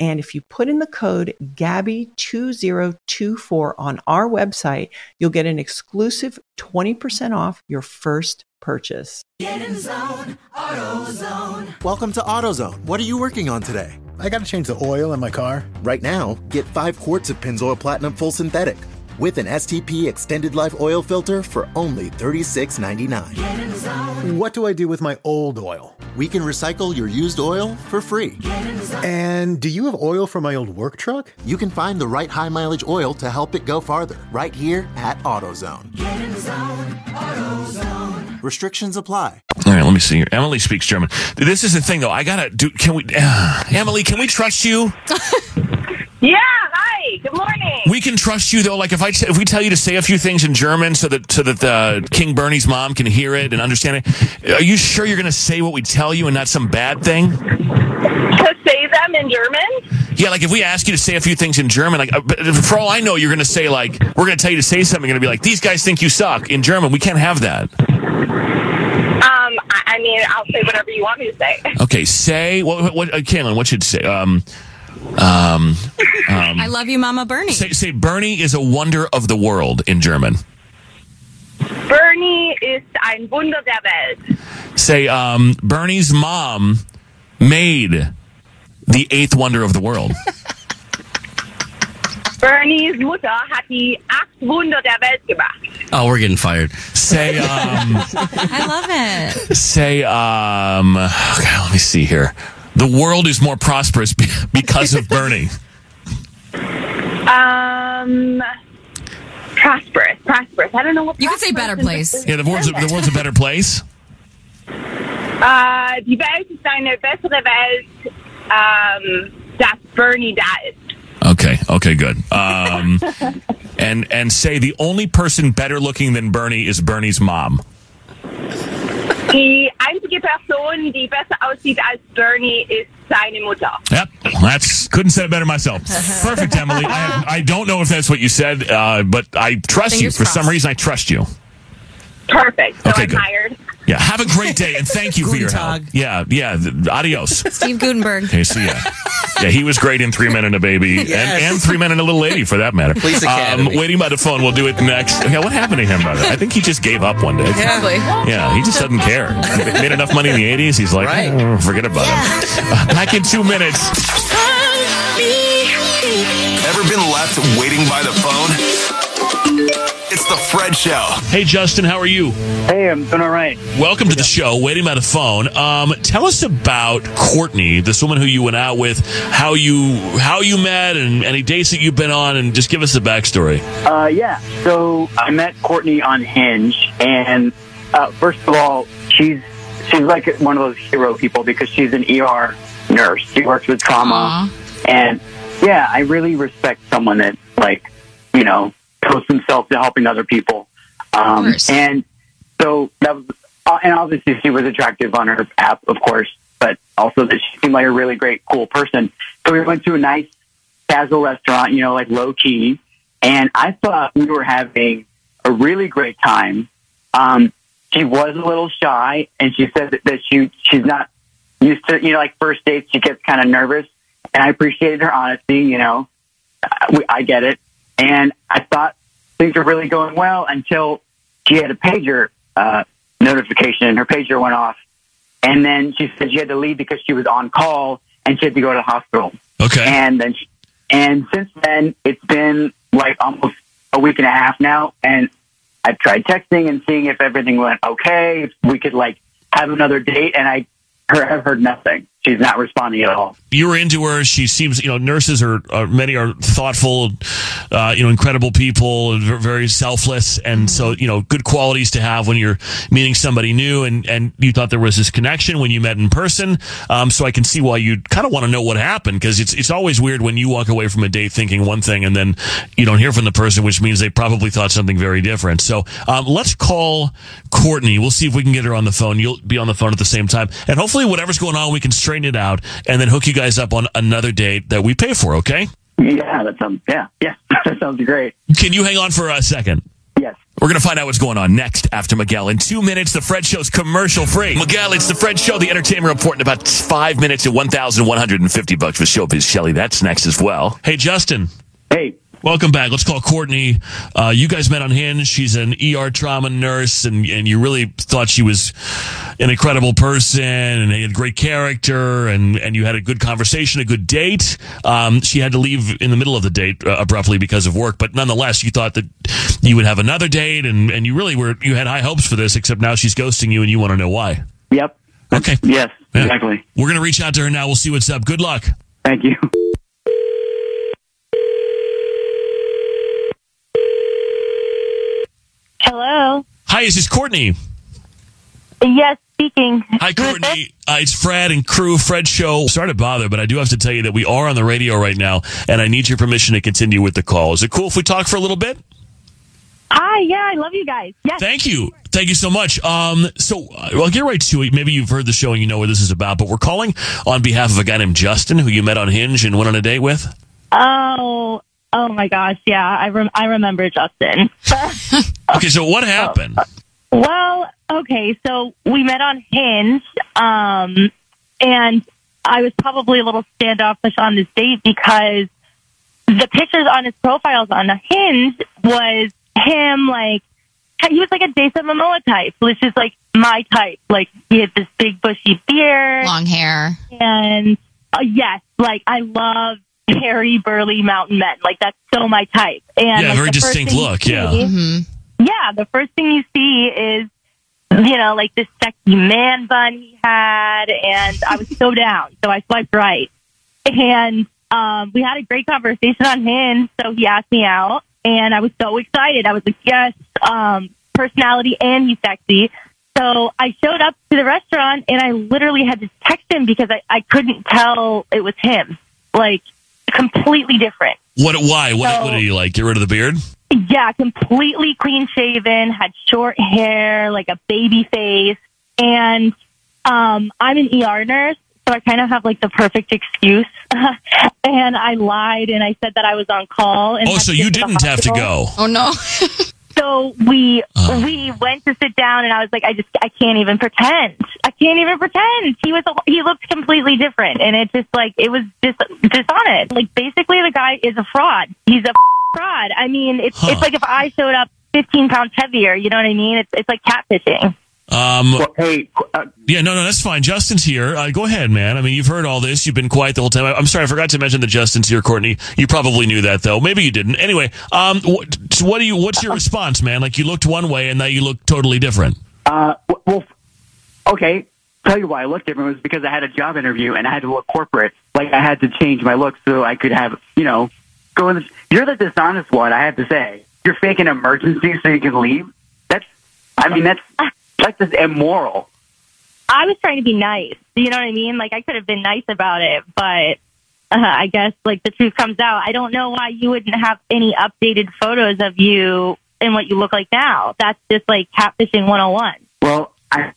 Speaker 10: And if you put in the code GABBY2024 on our website, you'll get an exclusive 20% off your first purchase.
Speaker 2: Get in zone, AutoZone.
Speaker 3: Welcome to AutoZone. What are you working on today? I got to change the oil in my car. Right now, get five quarts of Pennzoil Platinum Full Synthetic with an STP Extended Life Oil Filter for only $36.99.
Speaker 2: Get in zone,
Speaker 3: What do I do with my old oil? We can recycle your used oil for free.
Speaker 2: get in zone.
Speaker 3: And do you have oil for my old work truck? You can find the right high mileage oil to help it go farther right here at AutoZone.
Speaker 2: Get in zone, AutoZone.
Speaker 3: Restrictions apply.
Speaker 5: All right, let me see here. Emily speaks German. This is the thing, though. I gotta do. Can we, Emily? Can we trust you?
Speaker 11: Yeah, hi. Good morning.
Speaker 5: We can trust you, though. Like if I if we tell you to say a few things in German so that so that the King Bernie's mom can hear it and understand it. Are you sure you're gonna say what we tell you and not some bad thing?
Speaker 11: To say them in German?
Speaker 5: Yeah, like if we ask you to say a few things in German, like uh, but for all I know, you're gonna say like we're gonna tell you to say something. You're gonna be like these guys think you suck in German. We can't have that.
Speaker 11: Um, I, I mean, I'll say whatever you want me to say.
Speaker 5: Okay, say what what uh, Caitlin? What should say? Um, um, um
Speaker 8: I love you, Mama Bernie.
Speaker 5: Say, say Bernie is a wonder of the world in German.
Speaker 11: Bernie ist ein Wunder der Welt.
Speaker 5: Say um, Bernie's mom made the eighth wonder of the world.
Speaker 11: Bernies Mutter hat die acht Wunder der Welt gemacht.
Speaker 7: Oh, we're getting fired.
Speaker 5: Say um,
Speaker 8: I love it.
Speaker 5: say um, okay, let me see here. The world is more prosperous be- because of Bernie.
Speaker 11: Um, prosperous, prosperous. I don't know what you could say. Better place.
Speaker 5: Yeah, the world's a, the world's a better place.
Speaker 11: Uh, die Welt ist eine bessere Welt. Um, dass Bernie da ist.
Speaker 5: Okay, okay, good. Um, and and say the only person better looking than Bernie is Bernie's mom.
Speaker 11: Die einzige Person, die besser aussieht als Bernie, ist seine Mutter.
Speaker 5: Yep, that's couldn't say it better myself. Perfect, Emily. I, I don't know if that's what you said, uh, but I trust
Speaker 11: Fingers
Speaker 5: you. For some
Speaker 11: crossed.
Speaker 5: reason, I trust you.
Speaker 11: Perfect. So
Speaker 5: Okay,
Speaker 11: I'm
Speaker 5: good.
Speaker 11: hired.
Speaker 5: Yeah, have a great day and thank you for your help. Yeah, yeah. th- Adios.
Speaker 8: Steve Gutenberg.
Speaker 5: Okay, see ya. Yeah, he was great in Three Men and a Baby, and, and Three Men and a Little Lady, for that matter. Um,
Speaker 7: Police Academy.
Speaker 5: waiting by the phone. We'll do it next. Yeah, what happened to him, brother? I think he just gave up one day.
Speaker 2: Probably.
Speaker 5: Yeah, he just doesn't care. Made enough money in the 80s. He's like,
Speaker 2: Right.
Speaker 5: "Oh, forget about him. Uh, back in two minutes.
Speaker 4: Ever been left waiting by the phone? It's the Fred Show.
Speaker 5: Hey, Justin, how are you? Hey, I'm doing all right. Welcome to the show, Waiting by the Phone. Um, tell us about Courtney, this woman who you went out with, how you how you met, and any dates that you've been on, and just give us the backstory.
Speaker 13: Uh, yeah. So I met Courtney on Hinge, and uh, first of all, she's she's like one of those hero people because she's an ER nurse. She works with trauma, and yeah, I really respect someone that like you know posts themselves to helping other people. Um, and so that was, uh, and obviously she was attractive on her app, of course, but also that she seemed like a really great, cool person. So we went to a nice casual restaurant, you know, like low key. And I thought we were having a really great time. Um, she was a little shy and she said that, that she, she's not used to, you know, like first dates, she gets kind of nervous. And I appreciated her honesty, you know, I, we- I get it. And I thought things were really going well until she had a pager, uh, notification and her pager went off. And then she said she had to leave because she was on call and she had to go to the hospital.
Speaker 5: Okay.
Speaker 13: And then, she, and since then, it's been like almost a week and a half now. And I've tried texting and seeing if everything went okay, if we could like have another date. And I her, have heard nothing. She's not responding at all.
Speaker 5: you were into her. She seems, you know, nurses are, are many are thoughtful, uh, you know, incredible people, and ver- very selfless, and so you know, good qualities to have when you're meeting somebody new. And and you thought there was this connection when you met in person. Um, so I can see why you kind of want to know what happened because it's it's always weird when you walk away from a date thinking one thing and then you don't hear from the person, which means they probably thought something very different. So um, let's call Courtney. We'll see if we can get her on the phone. You'll be on the phone at the same time, and hopefully, whatever's going on, we can straighten it out and then hook you guys up on another date that we pay for. Okay?
Speaker 13: Yeah, that sounds, yeah, yeah, that sounds great.
Speaker 5: Can you hang on for a second?
Speaker 13: Yes.
Speaker 5: We're going to find out what's going on next after Miguel. In two minutes, The Fred Show's commercial free. Miguel, it's The Fred Show, the entertainment report in about five minutes at 1150 bucks for Showbiz Shelly. That's next as well. Hey, Justin.
Speaker 13: Hey.
Speaker 5: Welcome back. Let's call Courtney. Uh, you guys met on Hinge. She's an ER trauma nurse, and, and you really thought she was an incredible person and had great character, and, and you had a good conversation, a good date. Um, she had to leave in the middle of the date uh, abruptly because of work, but nonetheless, you thought that you would have another date, and, and you really were you had high hopes for this. Except now she's ghosting you, and you want to know why.
Speaker 13: Yep.
Speaker 5: Okay.
Speaker 13: Yes. Exactly.
Speaker 5: We're gonna reach out to her now. We'll see what's up. Good luck.
Speaker 13: Thank you.
Speaker 16: Hello.
Speaker 5: Hi, is this Courtney?
Speaker 16: Yes, speaking.
Speaker 5: Hi, Courtney. Uh, it's Fred and crew. Fred Show. Sorry to bother, but I do have to tell you that we are on the radio right now, and I need your permission to continue with the call. Is it cool if we talk for a little bit?
Speaker 16: Hi. Yeah, I love you guys. Yes.
Speaker 5: Thank you. Thank you so much. Um, so uh, I'll get right to it. Maybe you've heard the show and you know what this is about, but we're calling on behalf of a guy named Justin who you met on Hinge and went on a date with.
Speaker 16: Oh. Oh my gosh. Yeah, I rem- I remember Justin.
Speaker 5: Okay, so what happened?
Speaker 16: Well, okay, so we met on Hinge, um, and I was probably a little standoffish on this date because the pictures on his profiles on Hinge was him like he was like a Jason Momoa type, which is like my type. Like he had this big bushy beard, long hair, and uh, yes, like I love hairy, burly mountain men. Like that's so my type. And
Speaker 5: Yeah,
Speaker 16: like,
Speaker 5: very
Speaker 16: the first
Speaker 5: distinct
Speaker 16: thing you
Speaker 5: look, yeah.
Speaker 16: see- yeah, the first thing you see is you know, like this sexy man bun he had, and I was so down. So I swiped right. And um, we had a great conversation on Hinge. So he asked me out, and I was so excited. I was like, yes, um, personality, and he's sexy. So I showed up to the restaurant, and I literally had to text him because I, I couldn't tell it was him. Like, completely different.
Speaker 5: What? Why? What?
Speaker 16: So-
Speaker 5: what do you like? Get rid of the beard.
Speaker 16: Yeah, completely clean shaven, had short hair, like a baby face. And um, I'm an ER nurse, so I kind of have like the perfect excuse. and I lied and I said that I was on call. And
Speaker 5: Oh,
Speaker 16: had
Speaker 5: so
Speaker 16: to
Speaker 5: you
Speaker 16: get to the
Speaker 5: didn't have to
Speaker 16: hospital.
Speaker 5: go.
Speaker 17: Oh no.
Speaker 16: so we we went to sit down and I was like, I just I can't even pretend. I can't even pretend. He was he looked completely different, and it just like it was just dishonest. Like basically, the guy is a fraud. He's a fraud. I mean, it's
Speaker 5: Huh.
Speaker 16: it's like if I showed up fifteen pounds heavier. You know what I mean? It's it's like catfishing.
Speaker 5: Um,
Speaker 13: hey.
Speaker 5: yeah, no, no, that's fine. Justin's here. Uh, go ahead, man. I mean, you've heard all this. You've been quiet the whole time. I, am sorry, I forgot to mention that Justin's here, Courtney. You probably knew that, though. Maybe you didn't. Anyway, um, what, so what do you? What's your response, man? Like you looked one way, and now you look totally different.
Speaker 13: Uh, w- well, f- okay. Tell you why I looked different was because I had a job interview and I had to look corporate. Like I had to change my look so I could have, you know, go in. The, you're the dishonest one. I have to say, you're faking an emergency so you can leave. That's, I mean, that's that's just immoral.
Speaker 16: I was trying to be nice. You know what I mean? Like I could have been nice about it, but uh, I guess like the truth comes out. I don't know why you wouldn't have any updated photos of you and what you look like now. That's just like catfishing 101.
Speaker 13: Well, I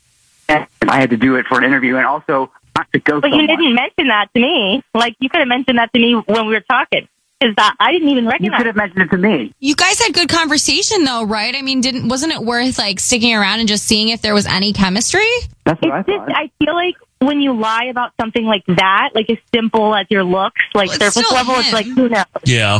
Speaker 13: I had to do it for an interview and also not to go.
Speaker 16: But you
Speaker 13: somewhere.
Speaker 16: didn't mention that to me. Like you could have mentioned that to me when we were talking. Is that I didn't even recognize.
Speaker 13: could have mentioned it to me.
Speaker 8: You guys had good conversation though, right? I mean, didn't wasn't it worth like sticking around and just seeing if there was any chemistry?
Speaker 13: That's
Speaker 8: what I
Speaker 16: Just, I feel like when you lie about something like that, like as simple as your looks, like surface
Speaker 8: still
Speaker 16: level, it's like who knows.
Speaker 5: Yeah.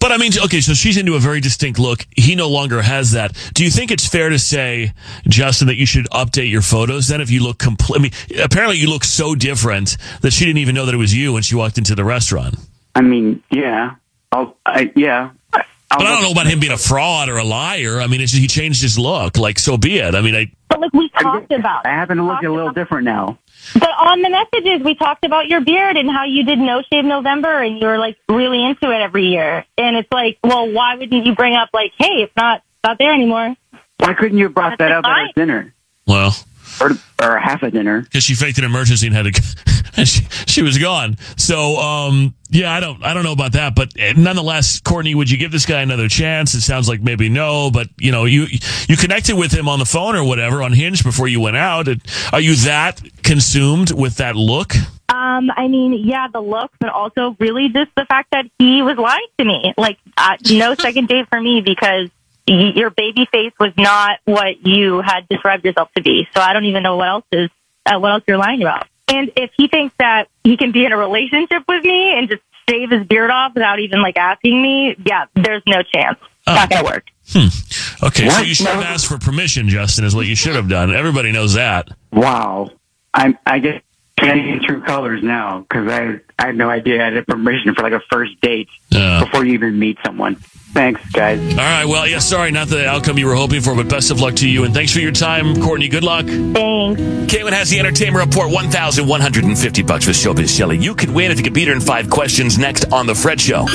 Speaker 5: But I mean, okay, so she's into a very distinct look. He no longer has that. Do you think it's fair to say, Justin, that you should update your photos then if you look complete? I mean, apparently you look so different that she didn't even know that it was you when she walked into the restaurant.
Speaker 13: I mean, yeah. I'll, I, yeah.
Speaker 5: but I don't know about him being a fraud or a liar. I mean, it's just, he changed his look. Like, so be it. I mean, I.
Speaker 16: But like we talked about.
Speaker 13: I happen to look a little different now.
Speaker 16: But on the messages, we talked about your beard and how you did No Shave November and you were like really into it every year. And it's like, well, why wouldn't you bring up like, hey, it's not it's not there anymore?
Speaker 13: Why couldn't you have brought that up at our dinner
Speaker 5: Well,
Speaker 13: or, or half a dinner?
Speaker 5: because she faked an emergency and had to, go- and she, she was gone. So, um, yeah, I don't, I don't know about that, but eh, nonetheless, Courtney, would you give this guy another chance? It sounds like maybe no, but you know, you you connected with him on the phone or whatever on Hinge before you went out. It- Are you that consumed with that look?
Speaker 16: Um, I mean, yeah, the look, but also really just the fact that he was lying to me. Like, uh, no second date for me because y- your baby face was not what you had described yourself to be. So I don't even know what else is uh, what else you're lying about. And if he thinks that he can be in a relationship with me and just shave his beard off without even like asking me, yeah, there's no chance. Not gonna work.
Speaker 5: Okay, so
Speaker 13: What?
Speaker 5: you should have asked for permission, Justin, is what you should have done. Everybody knows that.
Speaker 13: Wow. I'm, I guess I'm in true colors now because I, I had no idea I had permission for like a first date before you even meet someone. Thanks, guys.
Speaker 5: All right, well, yeah, sorry, not the outcome you were hoping for, but best of luck to you, and thanks for your time, Courtney. Good luck.
Speaker 16: Thanks.
Speaker 5: Caitlin has the entertainment report. One thousand one hundred and fifty bucks with Showbiz Shelley. You could win if you could beat her in five questions. Next on the Fred Show.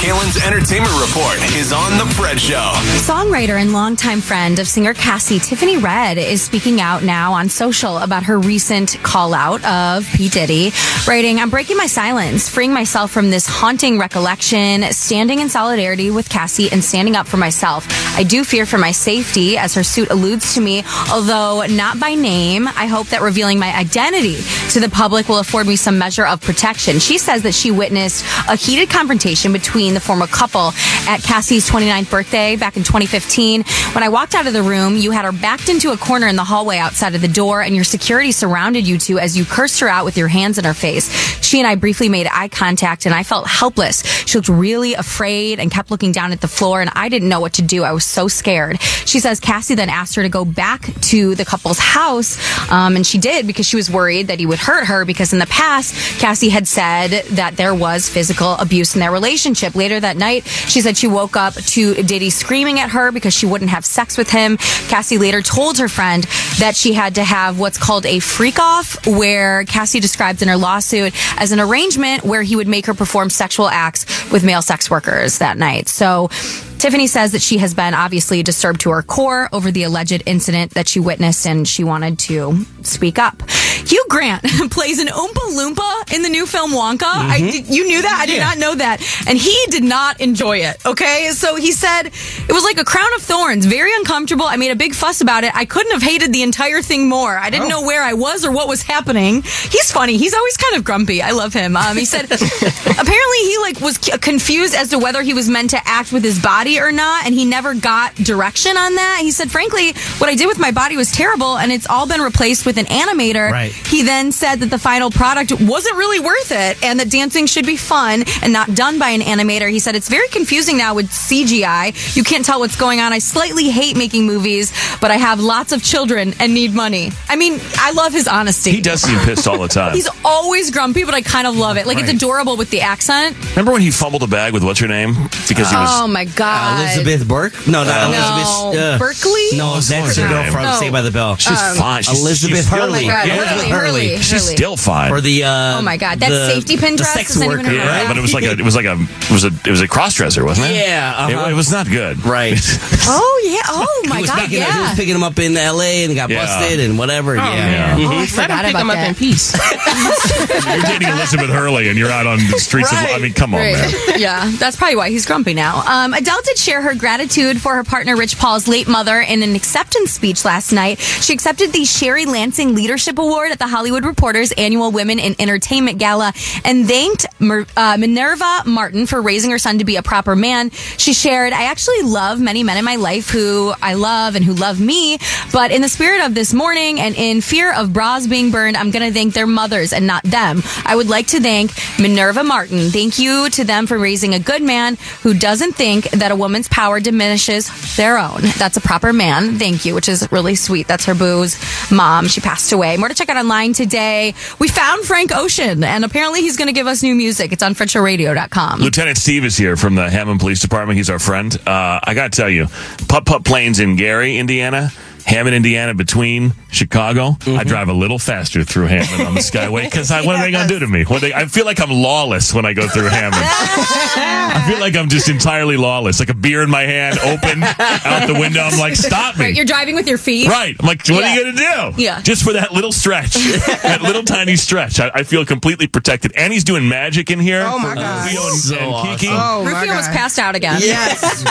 Speaker 4: Kalen's entertainment report is on the Fred Show.
Speaker 8: Songwriter and longtime friend of singer Cassie, Tiffany Red, is speaking out now on social about her recent call out of P. Diddy, writing, I'm breaking my silence, freeing myself from this haunting recollection, standing in solidarity with Cassie and standing up for myself. I do fear for my safety, as her suit alludes to me, although not by name. I hope that revealing my identity to the public will afford me some measure of protection. She says that she witnessed a heated confrontation between the former couple at Cassie's 29th birthday back in 2015. When I walked out of the room, you had her backed into a corner in the hallway outside of the door, and your security surrounded you two as you cursed her out with your hands in her face. She and I briefly made eye contact, and I felt helpless. She looked really afraid and kept looking looking down at the floor, and I didn't know what to do. I was so scared. She says Cassie then asked her to go back to the couple's house, um, and she did because she was worried that he would hurt her because in the past, Cassie had said that there was physical abuse in their relationship. Later that night, she said she woke up to Diddy screaming at her because she wouldn't have sex with him. Cassie later told her friend that she had to have what's called a freak off, where Cassie described in her lawsuit as an arrangement where he would make her perform sexual acts with male sex workers that night. So Tiffany says that she has been obviously disturbed to her core over the alleged incident that she witnessed and she wanted to speak up. Hugh Grant plays an Oompa Loompa in the new film Wonka. I
Speaker 18: Mhm.
Speaker 8: did, you knew that? I did
Speaker 18: Yeah.
Speaker 8: not know that. And he did not enjoy it, okay? So he said it was like a crown of thorns, very uncomfortable. I made a big fuss about it. I couldn't have hated the entire thing more. I didn't know where I was or what was happening. He's funny. He's always kind of grumpy. I love him. Um, he said apparently he like was c- confused as to whether he was meant to act with his body or not and he never got direction on that he said frankly what i did with my body was terrible and it's all been replaced with an animator
Speaker 11: Right.
Speaker 8: he then said that the final product wasn't really worth it and that dancing should be fun and not done by an animator he said it's very confusing now with cgi you can't tell what's going on i slightly hate making movies but i have lots of children and need money i mean i love his honesty
Speaker 5: He does seem pissed all the time.
Speaker 8: He's always grumpy, but I kind of love it. Like it's
Speaker 5: Right.
Speaker 8: adorable with the accent.
Speaker 5: Remember when he fumbled a bag with what's her name? Because he was.
Speaker 8: oh my god,
Speaker 7: Elizabeth Burke? No, not
Speaker 5: Uh,
Speaker 7: Elizabeth.
Speaker 8: No.
Speaker 7: uh,
Speaker 8: Berkeley?
Speaker 7: No, that's
Speaker 5: her
Speaker 7: her
Speaker 5: name?
Speaker 7: girl from
Speaker 8: No.
Speaker 7: Saved by the Bell.
Speaker 8: She's Um, fine. She's-
Speaker 7: Elizabeth
Speaker 5: Oh, she's still-
Speaker 7: Hurley.
Speaker 5: Oh my God,
Speaker 7: Elizabeth
Speaker 5: Hurley,
Speaker 7: Hurley.
Speaker 8: Hurley, She's Hurley.
Speaker 5: still fine.
Speaker 7: Or the. Uh,
Speaker 8: oh my god, that
Speaker 7: the-
Speaker 8: safety pin
Speaker 7: the
Speaker 8: dress
Speaker 7: sex
Speaker 8: isn't
Speaker 7: worker,
Speaker 8: even around.
Speaker 5: Yeah, but it was like a, it was like a it was a it was a cross dresser, wasn't it?
Speaker 7: Yeah,
Speaker 5: It-
Speaker 7: uh-huh.
Speaker 5: it, was not good.
Speaker 7: Right.
Speaker 8: Oh yeah. Oh my
Speaker 7: he was
Speaker 8: god.
Speaker 7: picking up, he
Speaker 8: Yeah.
Speaker 7: was picking him up in L.A. and got
Speaker 5: Yeah.
Speaker 7: busted and whatever.
Speaker 5: Oh,
Speaker 7: yeah.
Speaker 5: man. Oh, I Let
Speaker 8: forgot
Speaker 9: pick
Speaker 8: about
Speaker 9: him up
Speaker 8: that.
Speaker 9: in peace.
Speaker 5: You're dating Elizabeth Hurley, and you're out on the streets of. I mean, come on, man.
Speaker 8: Right. Yeah, that's probably why he's grumpy now. Um, Adele did share her gratitude for her partner Rich Paul's late mother in an acceptance speech last night. She accepted the Sherry Lansing Leadership Award at the Hollywood Reporter's annual Women in Entertainment Gala and thanked Mer- uh, Minerva Martin for raising her son to be a proper man. She shared, I actually love many men in my life who I love and who love me, but in the spirit of this morning and in fear of bras being burned, I'm going to thank their mothers and not them. I would like to thank Minerva Martin. Thank you to them for raising a good man who doesn't think that a woman's power diminishes their own. That's a proper man. Thank you, which is really sweet. That's her boo's mom. She passed away. More to check out online today. We found Frank Ocean, and apparently he's going to give us new music. It's on FrenchRadio.com.
Speaker 5: Lieutenant Steve is here from the Hammond Police Department. He's our friend. Uh, I got to tell you, putt putt planes in Gary, Indiana, Hammond, Indiana, between Chicago.
Speaker 7: Mm-hmm.
Speaker 5: I drive a little faster through Hammond on the Skyway because what are they going to do to me? What they, I feel like I'm lawless when I go through Hammond. I feel like I'm just entirely lawless, like a beer in my hand, open out the window. I'm like, stop me.
Speaker 8: Right, you're driving with your feet.
Speaker 5: Right. I'm like, what are
Speaker 8: Yeah.
Speaker 5: you going to do?
Speaker 8: Yeah.
Speaker 5: Just for that little stretch, that little tiny stretch. I, I feel completely protected. And he's doing magic in here. Oh, my God. Leo and,
Speaker 7: So
Speaker 5: and Kiki.
Speaker 9: Oh, my
Speaker 8: Rufio
Speaker 9: God.
Speaker 8: was passed out again.
Speaker 9: Yes.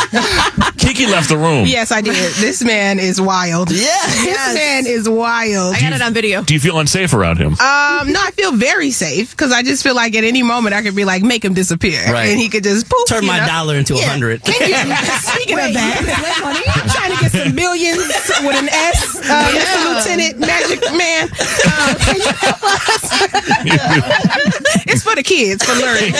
Speaker 5: Kiki left the room.
Speaker 9: yes, I did. This man is wild. Yes. This man is wild. I got it on video.
Speaker 5: Do you feel unsafe around him?
Speaker 9: Um, no, I feel very safe because I just feel like at any moment I could be like, make him disappear,
Speaker 7: Right.
Speaker 9: and he could just poof,
Speaker 7: Turn
Speaker 9: you
Speaker 7: my
Speaker 9: know?
Speaker 7: dollar into a
Speaker 9: Yeah.
Speaker 7: hundred.
Speaker 9: Thank you. Speaking of that, I'm trying to get some millions with an S, uh, Mr. Lieutenant Magic Man. Uh, can you help us? it's for the kids, for learning.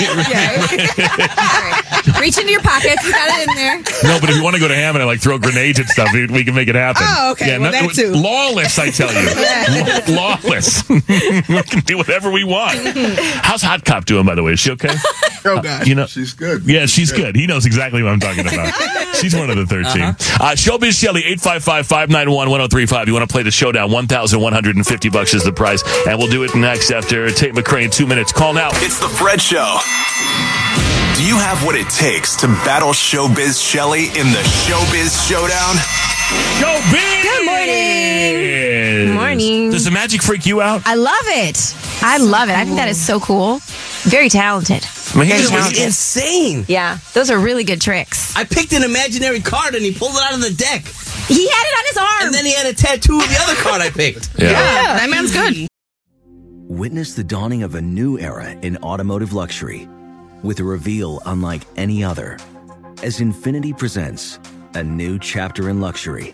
Speaker 8: Reach into your pockets. You got it in there.
Speaker 5: No, but if you want to go to Hammond and like throw grenades and stuff, we, we can make it happen.
Speaker 8: Oh, okay. Well, that too.
Speaker 5: Lawless, I tell you.
Speaker 8: Yeah.
Speaker 5: Law- lawless. we can do whatever we want. How's Hot Cop doing, by the way? Is she okay?
Speaker 19: Oh, God.
Speaker 5: You know,
Speaker 19: she's good.
Speaker 5: Yeah, she's good. He knows exactly what I'm talking about. she's one of the 13. uh Showbiz Shelly, 855 591 1035. You want to play the showdown? 1150 bucks is the price. And we'll do it next after Tate McRae two minutes. Call now.
Speaker 4: It's the Fred Show. Do you have what it takes to battle Showbiz Shelly in the Showbiz Showdown?
Speaker 5: Showbiz! Good
Speaker 8: morning.
Speaker 5: Morning. Does the magic freak you out?
Speaker 8: I love it. I love it. I think that is so cool. Very talented.
Speaker 5: I mean, he
Speaker 8: Very
Speaker 5: just was
Speaker 8: talented.
Speaker 7: insane.
Speaker 8: Yeah, those are really good tricks.
Speaker 7: I picked an imaginary card and he pulled it out of the deck.
Speaker 8: He had it on his arm.
Speaker 7: And then he had a tattoo of the other card I picked.
Speaker 14: Yeah.
Speaker 15: that man's good.
Speaker 14: Witness the dawning of a new era in automotive luxury with a reveal unlike any other as Infinity presents a new chapter in luxury,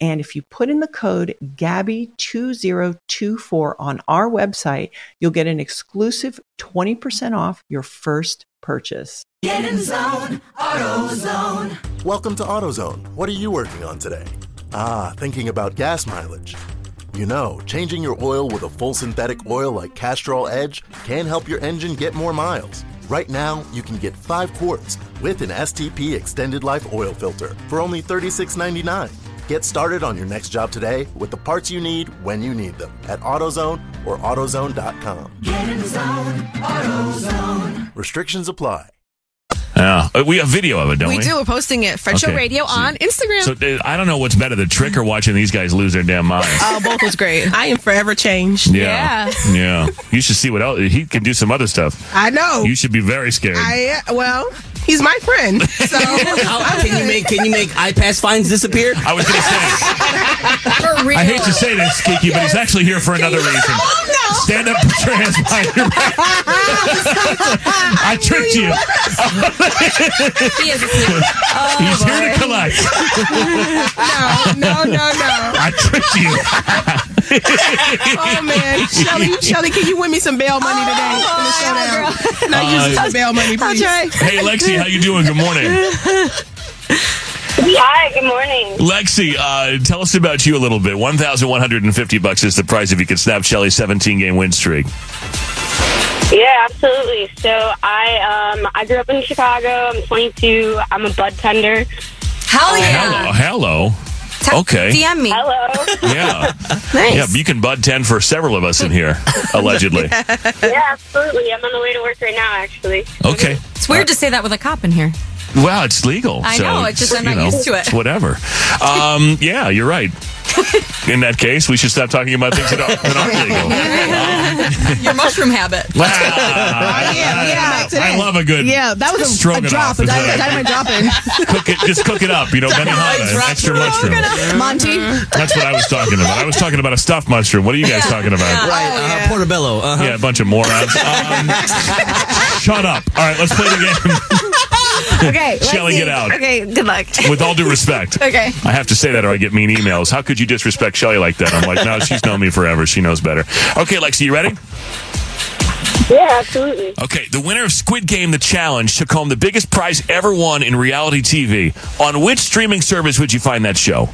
Speaker 10: And if you put in the code GABBY2024 on our website, you'll get an exclusive 20% off your first purchase.
Speaker 2: Get in zone, AutoZone.
Speaker 3: Welcome to AutoZone. What are you working on today? Ah, thinking about gas mileage. You know, changing your oil with a full synthetic oil like Castrol Edge can help your engine get more miles. Right now, you can get 5 quarts with an STP extended life oil filter for only $36.99. Get started on your next job today with the parts you need when you need them at AutoZone or AutoZone.com.
Speaker 2: Get in zone, AutoZone.
Speaker 3: Restrictions apply.
Speaker 5: Yeah, Uh, we have video of it, don't we?
Speaker 6: we do. We're posting it. Fred Show
Speaker 5: Okay.
Speaker 6: Radio on Instagram.
Speaker 5: So uh, I don't know what's better, the trick or watching these guys lose their damn minds.
Speaker 9: Oh, both was great. I am forever changed.
Speaker 5: Yeah. Yeah. You should see what else. He can do some other stuff.
Speaker 9: I know.
Speaker 5: You should be very scared.
Speaker 9: I well, he's my friend. So
Speaker 7: How can you make can you make iPass fines disappear?
Speaker 5: I was gonna say
Speaker 8: For real.
Speaker 5: I hate to say this, Kiki, but he's actually here for another reason. Stand up, trans behind your back. I tricked you.
Speaker 2: He is asleep. Oh,
Speaker 5: He's here
Speaker 2: boy.
Speaker 5: to collect.
Speaker 9: no, no, no, no.
Speaker 5: I tricked you.
Speaker 9: Oh man, Shelly, Shelly, can you win me some bail money today in the showdown? Oh, No,
Speaker 5: Uh,
Speaker 9: you some bail money, please. I'll try.
Speaker 5: Hey, Lexi, how you doing? Good morning,
Speaker 11: Hi, good morning.
Speaker 5: Lexi. Uh, tell us about you a little bit. One thousand one hundred and fifty bucks is the prize if you can snap Shelly's seventeen game win streak.
Speaker 11: Yeah, absolutely. So I um I grew up in Chicago. I'm 22. I'm a bud tender. Um,
Speaker 8: Hell
Speaker 5: Hello, hello. Okay.
Speaker 8: DM me.
Speaker 11: Hello.
Speaker 5: Yeah. Yeah, you can bud 10 for several of us in here, allegedly.
Speaker 11: yeah, absolutely. I'm on the way to work right now, actually.
Speaker 5: Okay.
Speaker 8: It's weird to say that with a cop in here.
Speaker 5: Well, it's legal.
Speaker 8: I
Speaker 5: so
Speaker 8: know, it's just I'm
Speaker 5: you
Speaker 8: not used to it.
Speaker 5: it's Whatever. Um, yeah, you're right. In that case, we should stop talking about things that are, that aren't legal.
Speaker 8: Your mushroom habit.
Speaker 5: Ah,
Speaker 9: yeah,
Speaker 5: I love a good.
Speaker 9: Yeah, that was a, a
Speaker 5: stroganoff.
Speaker 9: drop, a diamond, diamond dropping.
Speaker 5: cook it, just cook it up. You know, Benihana, an extra mushroom.
Speaker 9: Monty.
Speaker 5: That's what I was talking about. I was talking about a stuffed mushroom. What are you guys talking about?
Speaker 7: Right,
Speaker 8: Oh,
Speaker 7: uh, portobello. Uh-huh.
Speaker 5: Yeah, a bunch of morons. Um, shut up. All right, let's play the game.
Speaker 8: Okay. let's
Speaker 5: Shelly, get
Speaker 8: see.
Speaker 5: out.
Speaker 8: Okay. Good luck.
Speaker 5: With all due respect.
Speaker 8: Okay.
Speaker 5: I have to say that or I get mean emails. How could you disrespect Shelly like that? I'm like, no, she's known me forever. She knows better. Okay, Lexi, you ready?
Speaker 11: Yeah, absolutely.
Speaker 5: Okay, the winner of Squid Game The Challenge took home the biggest prize ever won in reality TV. On which streaming service would you find that show?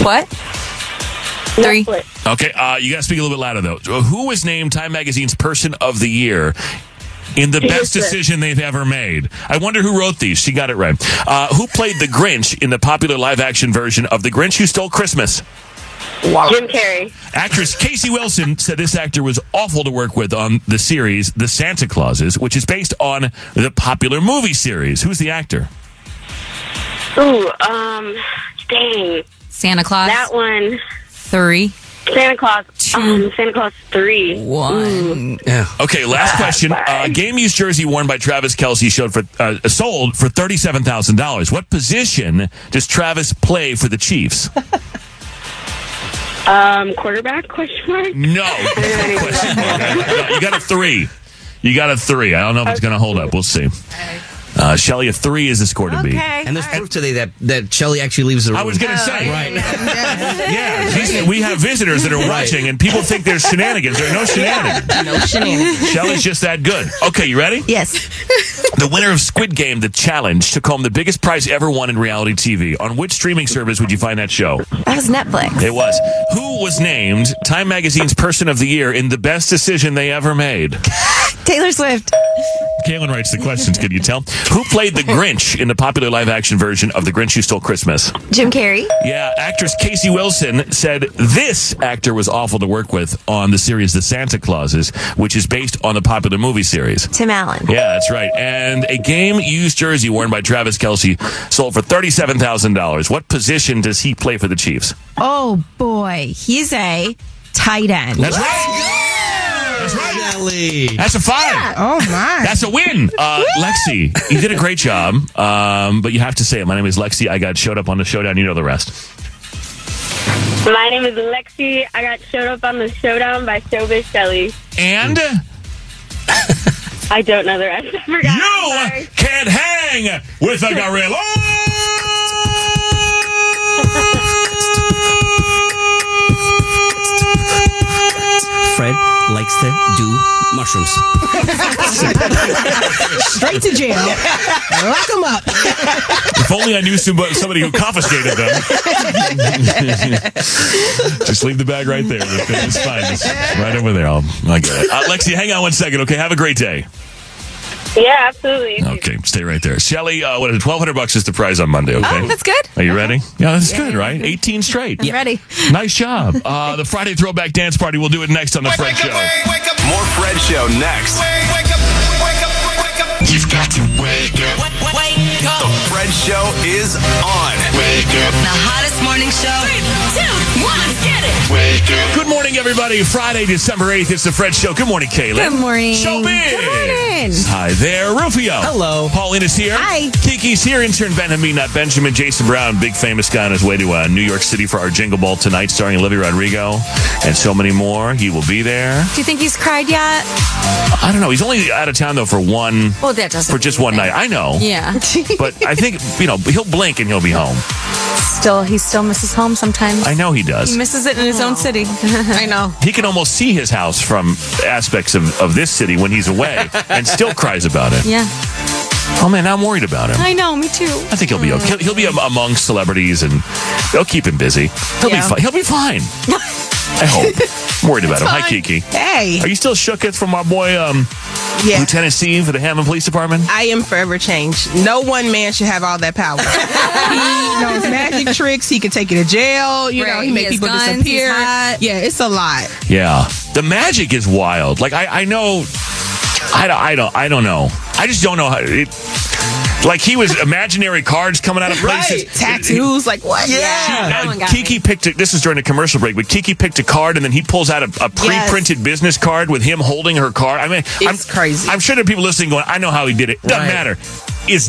Speaker 8: What? Three.
Speaker 5: Okay, uh, you got to speak a little bit louder, though. Uh, Who was named Time Magazine's Person of the Year in the
Speaker 20: Taylor
Speaker 5: best
Speaker 20: Swift.
Speaker 5: decision they've ever made? I wonder who wrote these. She got it right. Uh, who played the Grinch in the popular live action version of The Grinch Who Stole Christmas?
Speaker 11: Jim Carrey.
Speaker 5: Actress Casey Wilson said this actor was awful to work with on the series The Santa Clauses, which is based on the popular movie series. Who's the actor?
Speaker 11: Ooh, um, dang.
Speaker 8: Santa Claus.
Speaker 11: That one.
Speaker 8: Three.
Speaker 11: Santa Claus. Um, Santa Claus 3.
Speaker 8: One.
Speaker 5: Okay, last question. Uh, game used jersey worn by Travis Kelsey showed for uh, sold for thirty seven thousand dollars. What position does Travis play for the Chiefs?
Speaker 11: Um, quarterback? Question mark?
Speaker 5: No. you got a three. You got a three. I don't know if it's going to hold up. We'll see. Uh, Shelly, a three is the score to beat.
Speaker 7: And there's proof today that that Shelly actually leaves the room. I was
Speaker 5: gonna
Speaker 2: Oh,
Speaker 5: say.
Speaker 7: right.
Speaker 5: Yeah, these- we have visitors that are
Speaker 7: Right.
Speaker 5: watching, and people think there's shenanigans. There are no shenanigans.
Speaker 9: No shenanigans.
Speaker 5: Shelly's just that good. Okay, you ready?
Speaker 9: Yes.
Speaker 5: The winner of Squid Game: The Challenge took home the biggest prize ever won in reality TV. On which streaming service would you find that show?
Speaker 8: That was Netflix.
Speaker 5: It was. Who was named Time Magazine's Person of the Year in the best decision they ever made?
Speaker 8: Taylor Swift.
Speaker 5: Kaylin writes the questions. Can you tell? Who played the Grinch in the popular live-action version of The Grinch Who Stole Christmas?
Speaker 8: Jim Carrey.
Speaker 5: Yeah, actress Casey Wilson said this actor was awful to work with on the series The Santa Clauses, which is based on the popular movie series.
Speaker 8: Tim Allen.
Speaker 5: Yeah, that's right. And a game used jersey worn by Travis Kelsey sold for $37,000. What position does he play for the Chiefs?
Speaker 6: Oh boy, he's a tight end.
Speaker 5: That's That's right. That's a five.
Speaker 9: Oh my.
Speaker 5: That's a win. Uh, Lexi, you did a great job, um, but you have to say it. My name is Lexi. I got showed up on the showdown. You know the rest.
Speaker 11: My name is Lexi. I got showed up on the showdown by Showbiz Shelly.
Speaker 5: And?
Speaker 11: I don't know the rest. I forgot.
Speaker 5: You can't hang with a gorilla.
Speaker 7: Fred likes to do mushrooms.
Speaker 9: Straight to jail. Lock him up.
Speaker 5: If only I knew somebody, somebody who confiscated them. Just leave the bag right there. It's fine. It's right over there. I'll, I get it. Uh, Lexi, hang on one second, okay? Have a great day.
Speaker 11: Yeah, absolutely.
Speaker 5: Okay, stay right there. Shelly, uh, what is it? 1200 bucks is the prize on Monday, okay?
Speaker 8: Oh, that's good.
Speaker 5: Are you ready? Yeah, that's good, right? 18 straight.
Speaker 8: I'm ready.
Speaker 5: Nice job. Uh, the Friday Throwback Dance Party, we'll do it next on The Fred Show.
Speaker 4: More Fred Show next. You've got to wake up. The Fred Show is on. Wake up.
Speaker 2: The hottest morning show. Three, two, one, get it.
Speaker 4: Wake up.
Speaker 5: Good morning, everybody. Friday, December 8th, it's The Fred Show. Good morning, Kayla.
Speaker 8: Good morning.
Speaker 5: Showbiz.
Speaker 8: Good morning.
Speaker 5: Hi there, Rufio. Hello. Paulina's here. Hi. Kiki's here. Intern Ben Hamina, Benjamin Jason Brown, big famous guy on his way to uh, New York City for our Jingle Ball tonight, starring Olivia Rodrigo and so many more. He will be there.
Speaker 8: Do you think he's cried yet?
Speaker 5: I don't know. He's only out of town though for one.
Speaker 8: Well, that doesn't
Speaker 5: for just one night. I know.
Speaker 8: Yeah.
Speaker 5: But I think you know he'll blink and he'll be home.
Speaker 8: Still, he still misses home sometimes.
Speaker 5: I know he does.
Speaker 8: He misses it in his own city. I know.
Speaker 5: He can almost see his house from aspects of, of this city when he's away and still cries about it.
Speaker 8: Yeah.
Speaker 5: Oh man, now I'm worried about him.
Speaker 8: I know. Me too.
Speaker 5: I think he'll be okay. He'll be am- among celebrities and they'll keep him busy. He'll
Speaker 8: Yeah.
Speaker 5: be fine. He'll be fine. I hope. I'm worried about him. Hi, Kiki.
Speaker 9: Hey.
Speaker 5: Are you still shooketh from our boy, um,
Speaker 9: Yeah.
Speaker 5: Lieutenant Steve for the Hammond Police Department?
Speaker 9: I am forever changed. No one man should have all that power. he knows magic tricks. He can take you to jail. You know,
Speaker 8: Right.
Speaker 9: he
Speaker 8: He
Speaker 9: make
Speaker 8: has
Speaker 9: people
Speaker 8: guns, he's
Speaker 9: disappear.
Speaker 8: hot.
Speaker 9: Yeah, it's a lot.
Speaker 5: Yeah, the magic is wild. Like I, I know, I don't, I don't, I don't know. I just don't know how. It, like he was imaginary cards coming out of places.
Speaker 9: Right. Tattoos, like what?
Speaker 5: Yeah,
Speaker 9: That one got
Speaker 5: Kiki picked. A, this is during the commercial break, but Kiki picked a card, and then he pulls out a, a pre-printed business card with him holding her card. I mean, it's I'm, crazy. I'm sure there are people listening going, "I know how he did it. Doesn't matter." is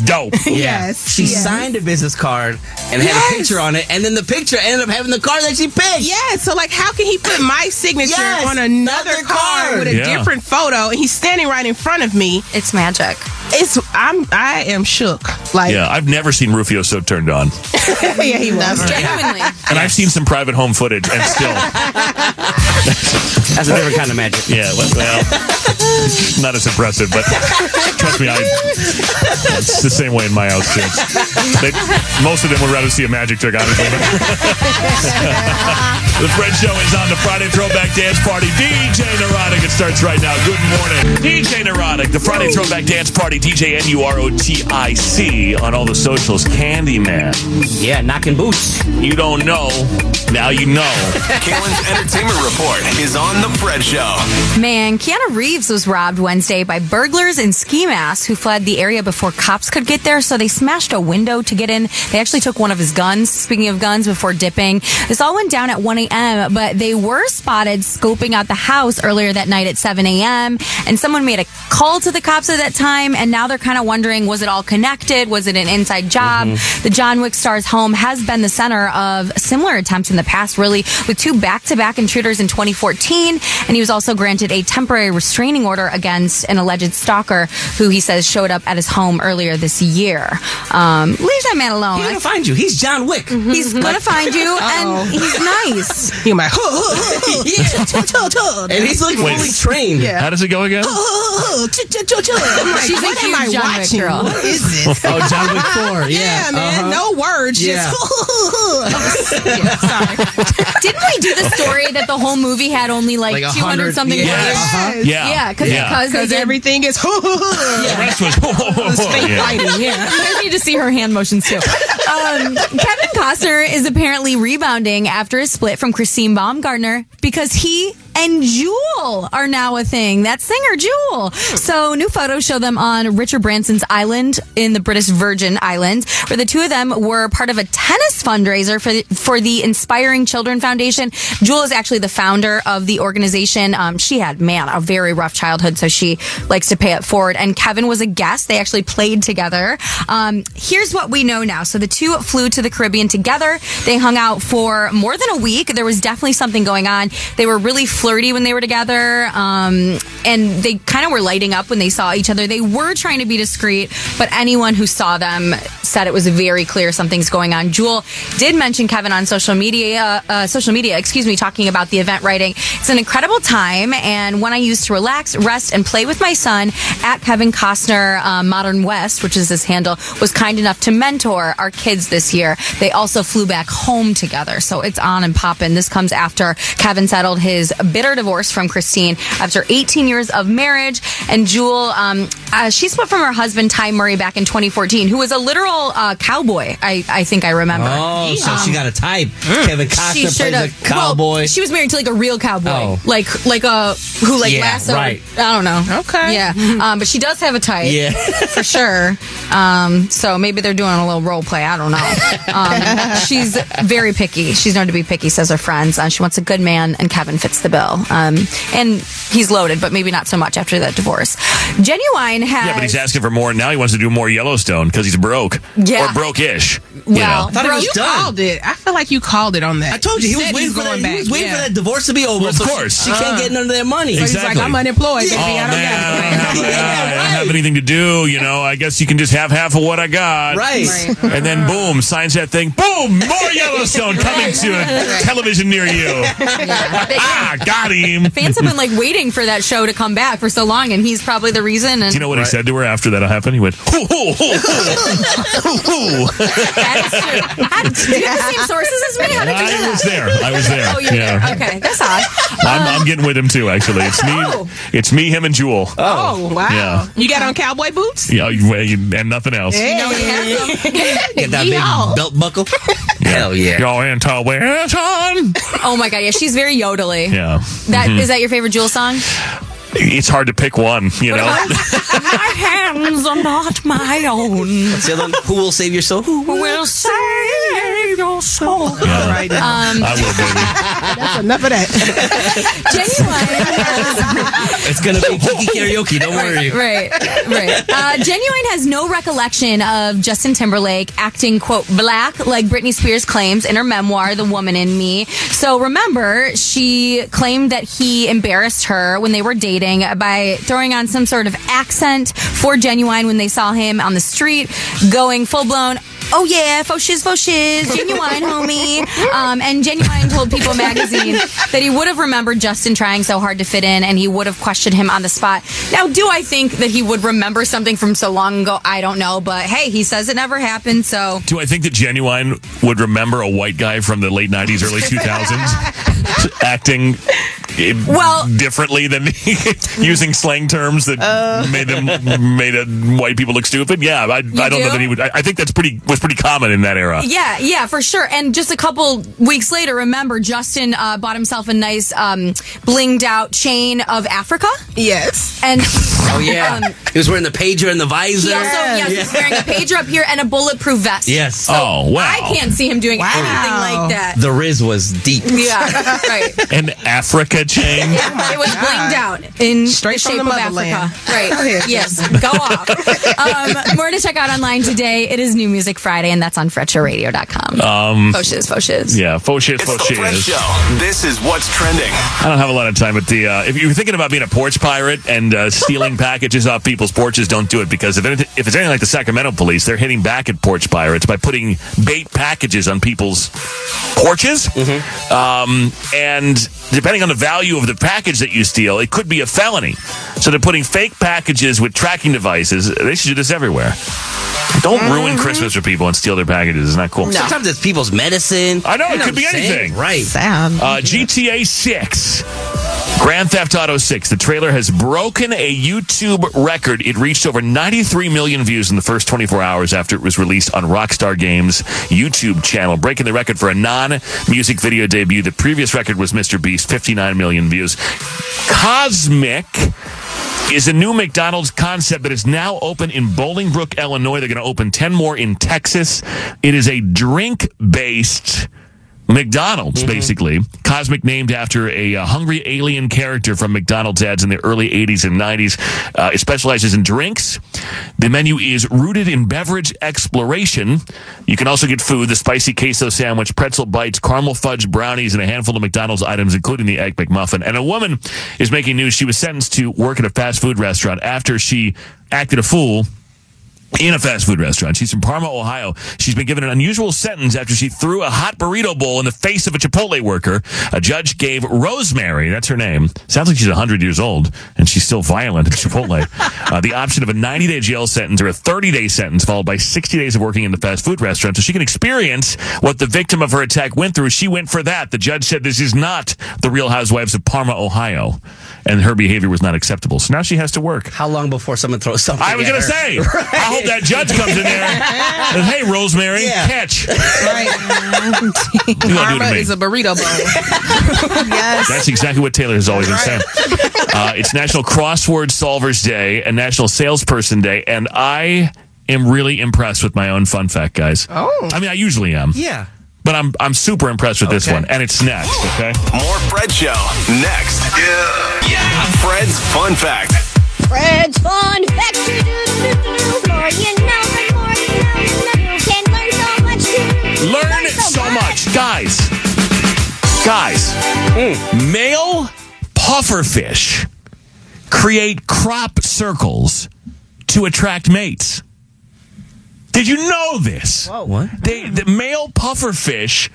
Speaker 5: dope.
Speaker 7: Yeah. She signed a business card and had
Speaker 9: Yes.
Speaker 7: a picture on it, and then the picture ended up having the card that she picked.
Speaker 9: Yeah, so like, how can he put my signature
Speaker 7: Yes,
Speaker 9: on another card, with a
Speaker 7: Yeah.
Speaker 9: different photo, and he's standing right in front of me?
Speaker 8: It's magic.
Speaker 9: It's I'm I am shook. Like
Speaker 5: yeah, I've never seen Rufio so turned on.
Speaker 9: yeah, he was
Speaker 8: genuinely.
Speaker 5: And I've seen some private home footage and still.
Speaker 7: That's a different kind of magic.
Speaker 5: Yeah, well, well, not as impressive, but trust me, I, it's the same way in my house, too. They, most of them would rather see a magic trick, honestly. the Fred Show is on the Friday Throwback Dance Party. DJ Neurotic, it starts right now. Good morning. DJ Neurotic, the Friday Throwback Dance Party. DJ N-U-R-O-T-I-C on all the socials. Candyman.
Speaker 7: Yeah, knocking boots.
Speaker 5: You don't know. Now you know.
Speaker 4: Kalen's entertainment report is on the Fred Show.
Speaker 8: Man, Keanu Reeves was robbed Wednesday by burglars in ski masks who fled the area before cops could get there, so they smashed a window to get in. They actually took one of his guns. Speaking of guns, before dipping, this all went down at 1 a.m., but they were spotted scoping out the house earlier that night at 7 a.m., and someone made a call to the cops at that time, and now they're kind of wondering was it all connected? Was it an inside job? The John Wick star's home has been the center of similar attempts in the past, really, with two back to back intruders in 2014. And he was also granted a temporary restraining order against an alleged stalker who he says showed up at his home earlier this year. Um, leave that man alone.
Speaker 7: He's gonna find you. He's John Wick.
Speaker 9: Mm-hmm.
Speaker 8: He's gonna find you, and he's nice.
Speaker 9: He might.
Speaker 7: And he's like
Speaker 5: Wait.
Speaker 7: fully trained. Oh.
Speaker 9: Yeah.
Speaker 5: How does it go again?
Speaker 6: Oh,
Speaker 9: I'm like,
Speaker 8: She's a
Speaker 9: what am
Speaker 8: huge
Speaker 9: I
Speaker 8: John Wick
Speaker 9: watching?
Speaker 8: girl.
Speaker 9: What is this?
Speaker 7: Oh, John Wick 4. Yeah,
Speaker 9: Yeah, man.
Speaker 7: uh-huh.
Speaker 9: No words.
Speaker 7: Yeah.
Speaker 9: Just. Yeah, sorry.
Speaker 8: Didn't we do the story that the whole movie had only like,
Speaker 7: Like a
Speaker 8: 200
Speaker 7: hundred-
Speaker 8: something
Speaker 7: yeah.
Speaker 8: words?
Speaker 7: Uh-huh.
Speaker 5: Yeah.
Speaker 8: Yeah, because
Speaker 5: Yeah.
Speaker 8: they
Speaker 9: Because
Speaker 8: did-
Speaker 9: everything is.
Speaker 5: The rest was. Yeah.
Speaker 8: Yeah. You guys need to see her hand motions too. Um, Kevin Costner is apparently rebounding after his split from Christine Baumgartner because he and Jewel are now a thing. That singer Jewel. So new photos show them on Richard Branson's island in the British Virgin Islands, where the two of them were part of a tennis fundraiser for the, for the Inspiring Children Foundation. Jewel is actually the founder of the organization. Um, she had man a very rough childhood, so she likes to pay it forward. And Kevin was a guest. They actually played together. Um, here's what we know now. So the two flew to the Caribbean together. They hung out for more than a week. There was definitely something going on. They were really flirty when they were together, um, and they kind of were lighting up when they saw each other. They were trying to be discreet, but anyone who saw them said it was very clear something's going on. Jewel did mention Kevin on social media, uh, social media, excuse me, talking about the event writing. It's an incredible time and one I use to relax, rest, and play with my son at Kevin Costner uh, Modern West, which is his handle, was kind enough to mentor our kids this year. They also flew back home together. So it's on and poppin'. This comes after Kevin settled his bitter divorce from Christine after 18 years of marriage. And Jewel, um, uh, she split from her husband, Ty Murray, back in 2014, who was a literal uh, cowboy, I, I think I remember.
Speaker 7: Oh, so
Speaker 8: Um,
Speaker 7: she got a type. Kevin
Speaker 8: she
Speaker 7: Costner
Speaker 8: should
Speaker 7: plays a
Speaker 8: have.
Speaker 7: cowboy.
Speaker 8: Well, she was married to like a real cowboy,
Speaker 7: Oh.
Speaker 8: like like a who like
Speaker 7: Yeah,
Speaker 8: lassoed-
Speaker 7: right.
Speaker 8: I don't know. Okay. Yeah. Um, but she does have a type.
Speaker 7: Yeah.
Speaker 8: for sure. Um, so maybe they're doing a little role play. I don't know. Um, she's very picky. She's known to be picky, says her friends. Uh, she wants a good man, and Kevin fits the bill. Um, and he's loaded, but maybe not so much after that divorce. Genuine has.
Speaker 5: Yeah, but he's asking for more now. He wants to do more Yellowstone because he's broke.
Speaker 8: Yeah.
Speaker 5: Or broke-ish.
Speaker 8: Well,
Speaker 5: you
Speaker 8: Bro,
Speaker 9: you called it. I feel like you called it on that. I
Speaker 7: told you, he was waiting for that- he was waiting for that divorce to be over.
Speaker 5: Well, of
Speaker 7: so she-
Speaker 5: course.
Speaker 7: She, can't get none of that money.
Speaker 9: So he's like, I'm unemployed, baby.
Speaker 7: Yeah.
Speaker 9: I don't
Speaker 5: man,
Speaker 9: got it.
Speaker 5: I don't have, I don't have anything to do. You know, I guess you can just have half of what I got.
Speaker 7: Right. Right.
Speaker 5: And then boom, signs that thing. Boom, more Yellowstone coming to a television near you. ah, got him.
Speaker 8: Fans have been like waiting for that show to come back for so long, and he's probably the reason. And
Speaker 5: Do you know what he said to her after that happened? He went, hoo, hoo, hoo, hoo, hoo, hoo.
Speaker 8: How did, do you have the same sources as me? How did you do
Speaker 5: I
Speaker 8: that?
Speaker 5: was there. I was there.
Speaker 8: Oh, you
Speaker 5: Yeah.
Speaker 8: yeah. Okay, that's odd.
Speaker 5: I'm, I'm getting with him too. Actually, it's me. It's me, him, and Jewel.
Speaker 9: Oh, wow.
Speaker 5: Yeah.
Speaker 9: You got on cowboy boots?
Speaker 5: Yeah, you- well, you- and nothing else.
Speaker 7: Get that
Speaker 9: Yeehaw.
Speaker 7: big belt buckle. Hell yeah.
Speaker 5: Y'all ain't tall wear on.
Speaker 8: Oh my god, yeah, she's very yodely.
Speaker 5: Yeah.
Speaker 8: That is
Speaker 5: Mhm.
Speaker 8: that your favorite Jewel song?
Speaker 5: It's hard to pick one, you know.
Speaker 8: my hands are not my own.
Speaker 7: Who will save your soul?
Speaker 8: Who will save
Speaker 9: your soul.
Speaker 5: Yeah.
Speaker 9: All right.
Speaker 5: Um, I will,
Speaker 9: That's enough of that.
Speaker 7: It's gonna be Kiki karaoke. Don't worry.
Speaker 8: Right, right. Uh, Genuine has no recollection of Justin Timberlake acting, quote, black, like Britney Spears claims in her memoir, The Woman in Me. So remember, she claimed that he embarrassed her when they were dating by throwing on some sort of accent for Genuine when they saw him on the street, going full blown. Oh yeah, faux shiz, faux shiz, genuine homie. Um, and genuine told People magazine that he would have remembered Justin trying so hard to fit in, and he would have questioned him on the spot. Now, do I think that he would remember something from so long ago? I don't know, but hey, he says it never happened, so
Speaker 5: Do I think that Genuine would remember a white guy from the late 90s, early 2000s acting eh,
Speaker 8: Well-
Speaker 5: differently than using slang terms that
Speaker 8: Uh.
Speaker 5: made them made uh white people look stupid? Yeah, I, I don't
Speaker 8: do?
Speaker 5: know that he would. I, I think that's pretty was pretty common in that era.
Speaker 8: Yeah, yeah, for sure. And just a couple weeks later, remember Justin uh, bought himself a nice um, blinged out chain of Africa. Yes, and
Speaker 7: Oh yeah,
Speaker 8: Um,
Speaker 7: he was wearing the pager and the visor.
Speaker 8: he also yes, he's wearing a pager up here and a bulletproof vest.
Speaker 7: Yes. Oh, wow.
Speaker 8: I can't see him doing anything like that.
Speaker 7: The Riz was deep.
Speaker 8: yeah, right.
Speaker 5: An Africa chain.
Speaker 8: Yeah, it was blinged out in
Speaker 9: Oh Straight
Speaker 8: the
Speaker 9: from
Speaker 8: shape
Speaker 9: the
Speaker 8: of
Speaker 9: motherland.
Speaker 8: Africa. Right.
Speaker 9: Go ahead.
Speaker 8: Yes. Go off. Um, more to check out online today. It is New Music Friday, and that's on FretcherRadio.com.
Speaker 5: Um,
Speaker 8: Faux shiz, faux shiz.
Speaker 5: Yeah, faux shiz,
Speaker 4: It's
Speaker 5: faux
Speaker 4: the Fred
Speaker 5: shiz.
Speaker 4: Show. This is what's trending.
Speaker 5: I don't have a lot of time, but the uh, if you're thinking about being a porch pirate and uh, stealing packages off people's porches, don't do it because if anything, if it's anything like the Sacramento police, they're hitting back at porch pirates by putting bait packages on people's porches.
Speaker 7: Mm-hmm.
Speaker 5: Um, and depending on the value of the package that you steal, it could be a felony. So they're putting fake packages with tracking devices. They should do this everywhere. Don't ruin Christmas for people and steal their packages. It's not cool.
Speaker 7: Sometimes it's people's medicine.
Speaker 5: I know,
Speaker 7: You
Speaker 5: it could
Speaker 7: what
Speaker 5: be
Speaker 7: I'm saying?
Speaker 5: anything.
Speaker 7: Right.
Speaker 5: Uh, GTA 6. Grand Theft Auto 6. The trailer has broken a YouTube record. It reached over 93 million views in the first 24 hours after it was released on Rockstar Games' YouTube channel, breaking the record for a non-music video debut. The previous record was Mr. Beast, 59 million views. Cosmic is a new McDonald's concept that is now open in Bolingbrook, Illinois. They're going to open 10 more in Texas. It is a drink-based McDonald's, basically. Cosmic named after a uh, hungry alien character from McDonald's ads in the early 80s and 90s. Uh, it specializes in drinks. The menu is rooted in beverage exploration. You can also get food, the spicy queso sandwich, pretzel bites, caramel fudge brownies, and a handful of McDonald's items, including the Egg McMuffin. And a woman is making news. She was sentenced to work at a fast food restaurant after she acted a fool in a fast food restaurant. She's from Parma, Ohio. She's been given an unusual sentence after she threw a hot burrito bowl in the face of a Chipotle worker. A judge gave Rosemary, that's her name, sounds like she's 100 years old, and she's still violent at Chipotle, uh, the option of a 90 day jail sentence or a 30 day sentence followed by 60 days of working in the fast food restaurant so she can experience what the victim of her attack went through. She went for that. The judge said this is not the Real Housewives of Parma, Ohio, and her behavior was not acceptable. So now she has to work.
Speaker 7: How long before someone throws something?
Speaker 5: I was
Speaker 7: at
Speaker 5: gonna
Speaker 7: her?
Speaker 5: say. I hope that judge comes in there. and, hey, Rosemary, catch. You don't do it to
Speaker 9: Karma
Speaker 5: me.
Speaker 9: is a burrito bowl. yes.
Speaker 5: That's exactly what Taylor has always been saying. Uh, it's National Crossword Solvers Day and National Salesperson Day, and I am really impressed with my own fun fact, guys. Oh, I mean, I usually am.
Speaker 7: Yeah.
Speaker 5: but I'm I'm super impressed with this one, and it's next. Okay.
Speaker 4: More Fred Show next. Yeah. Fred's fun fact.
Speaker 6: Fred's fun fact. More you know, the more you know, you can learn so much.
Speaker 5: Learn so much, guys. Guys, male pufferfish create crop circles to attract mates. Did you know this?
Speaker 7: What?
Speaker 5: They, the male pufferfish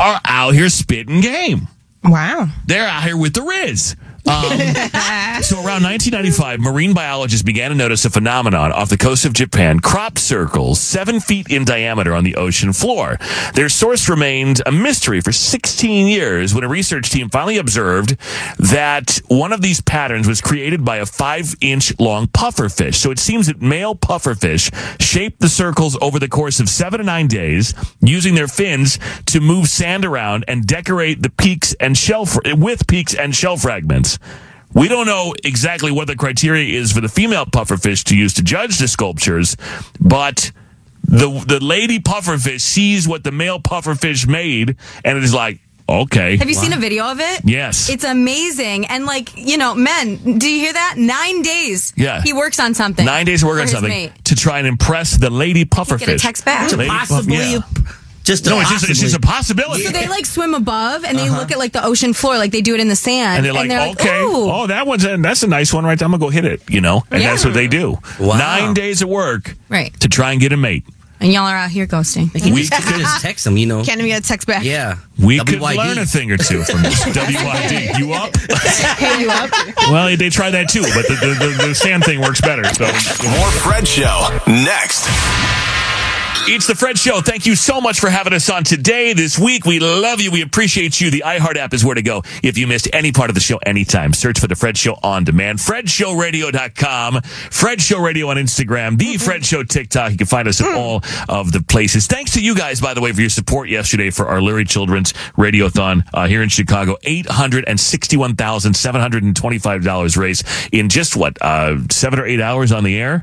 Speaker 5: are out here spitting game.
Speaker 9: Wow.
Speaker 5: They're out here with the Riz. Um, so around 1995, marine biologists began to notice a phenomenon off the coast of Japan: crop circles seven feet in diameter on the ocean floor. Their source remained a mystery for 16 years when a research team finally observed that one of these patterns was created by a five-inch long pufferfish. So it seems that male pufferfish shape the circles over the course of seven to nine days, using their fins to move sand around and decorate the peaks and shell fr- with peaks and shell fragments. We don't know exactly what the criteria is for the female pufferfish to use to judge the sculptures, but the the lady pufferfish sees what the male pufferfish made and it is like, okay.
Speaker 8: Have you seen a video of it?
Speaker 5: Yes.
Speaker 8: It's amazing. And like, you know, men, do you hear that? Nine days.
Speaker 5: Yeah.
Speaker 8: He works on something.
Speaker 5: Nine days to work
Speaker 8: for
Speaker 5: on
Speaker 8: his
Speaker 5: something
Speaker 8: mate.
Speaker 5: to try and impress the lady pufferfish.
Speaker 8: Get a text back.
Speaker 5: Lady puff- yeah.
Speaker 7: Just
Speaker 5: no, it's just, it's just a possibility.
Speaker 8: So they like swim above and they
Speaker 5: Uh-huh.
Speaker 8: look at like the ocean floor, like they do it in the sand.
Speaker 5: and they're like, okay,
Speaker 8: "Ooh."
Speaker 5: oh, that one's a, that's a nice one right there. I'm gonna go hit it, you know, and that's
Speaker 8: "Oh." Yeah.
Speaker 5: what they do. Nine days of work,
Speaker 8: "Oh." Right.
Speaker 5: to try and get a mate.
Speaker 8: And y'all are out here ghosting.
Speaker 5: We could just text them, you know.
Speaker 6: Can't even get a text back.
Speaker 7: Yeah,
Speaker 5: we could learn a thing or two from this. WYD, you up?
Speaker 6: Hey, you up?
Speaker 5: Well, they tried that too, but the the, the, the sand thing works better. So
Speaker 4: More Fred Show next.
Speaker 5: It's the Fred Show. Thank you so much for having us on today, this week. We love you. We appreciate you. The iHeart app is where to go if you missed any part of the show anytime. Search for the Fred Show on demand. FredShowRadio.com, Fred Show Radio on Instagram, The Fred Show TikTok. You can find us at all of the places. Thanks to you guys, by the way, for your support yesterday for our Larry Children's Radiothon uh, here in Chicago. $861,725 raised in just what, uh, seven or eight hours on the air?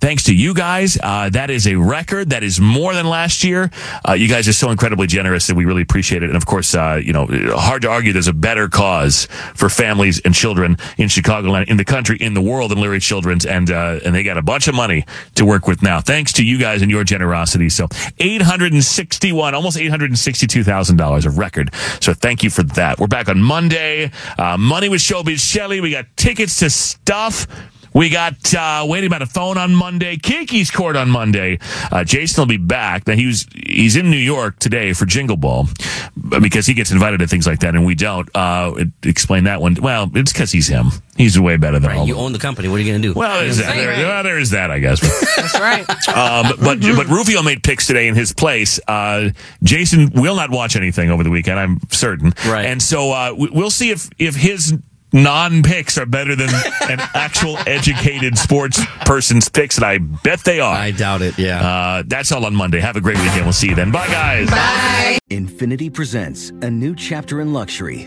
Speaker 5: Thanks to you guys. Uh, that is a record. That is more than last year. Uh, you guys are so incredibly generous, and we really appreciate it. And of course, uh, you know, hard to argue there's a better cause for families and children in Chicagoland, in the country, in the world than Leary Children's, and uh, and they got a bunch of money to work with now, thanks to you guys and your generosity. So eight hundred and sixty-one, almost eight hundred and sixty-two thousand dollars a record. So thank you for that. We're back on Monday. Uh, Money with Showbiz Shelley. We got tickets to stuff. We got uh, waiting by the phone on Monday. Kiki's court on Monday. Uh, Jason will be back. Now he was he's in New York today for Jingle Ball b- because he gets invited to things like that and we don't. Uh, it- explain that one. Well, it's because he's him. He's way better than all.
Speaker 7: You own the company. What are you going to do?
Speaker 5: Well, there's that. There, well, there is that, I guess. That's right. Um, but but Rufio made picks today in his place. Uh, Jason will not watch anything over the weekend. I'm certain. Right. And so uh, we- we'll see if if his non picks are better than an actual educated sports person's picks, and I bet they are. I
Speaker 7: doubt it. Yeah.
Speaker 5: Uh, that's all on Monday. Have a great weekend. We'll see you then. Bye, guys.
Speaker 14: Infinity presents a new chapter in luxury,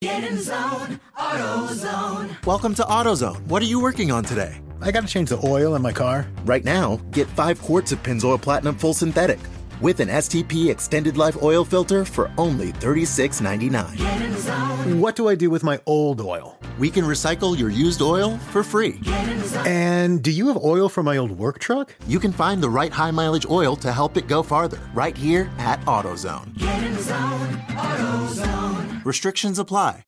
Speaker 2: Get in zone, AutoZone.
Speaker 3: Welcome to AutoZone. What are you working on today? I got to change the oil in my car. Right now, get five quarts of Pennzoil Platinum Full Synthetic with an STP Extended Life Oil Filter for only $36.99.
Speaker 2: Get in zone,
Speaker 3: What do I do with my old oil? We can recycle your used oil for free. And do you have oil for my old work truck? You can find the right high mileage oil to help it go farther right here at AutoZone.
Speaker 2: get in zone, AutoZone.
Speaker 3: Restrictions apply.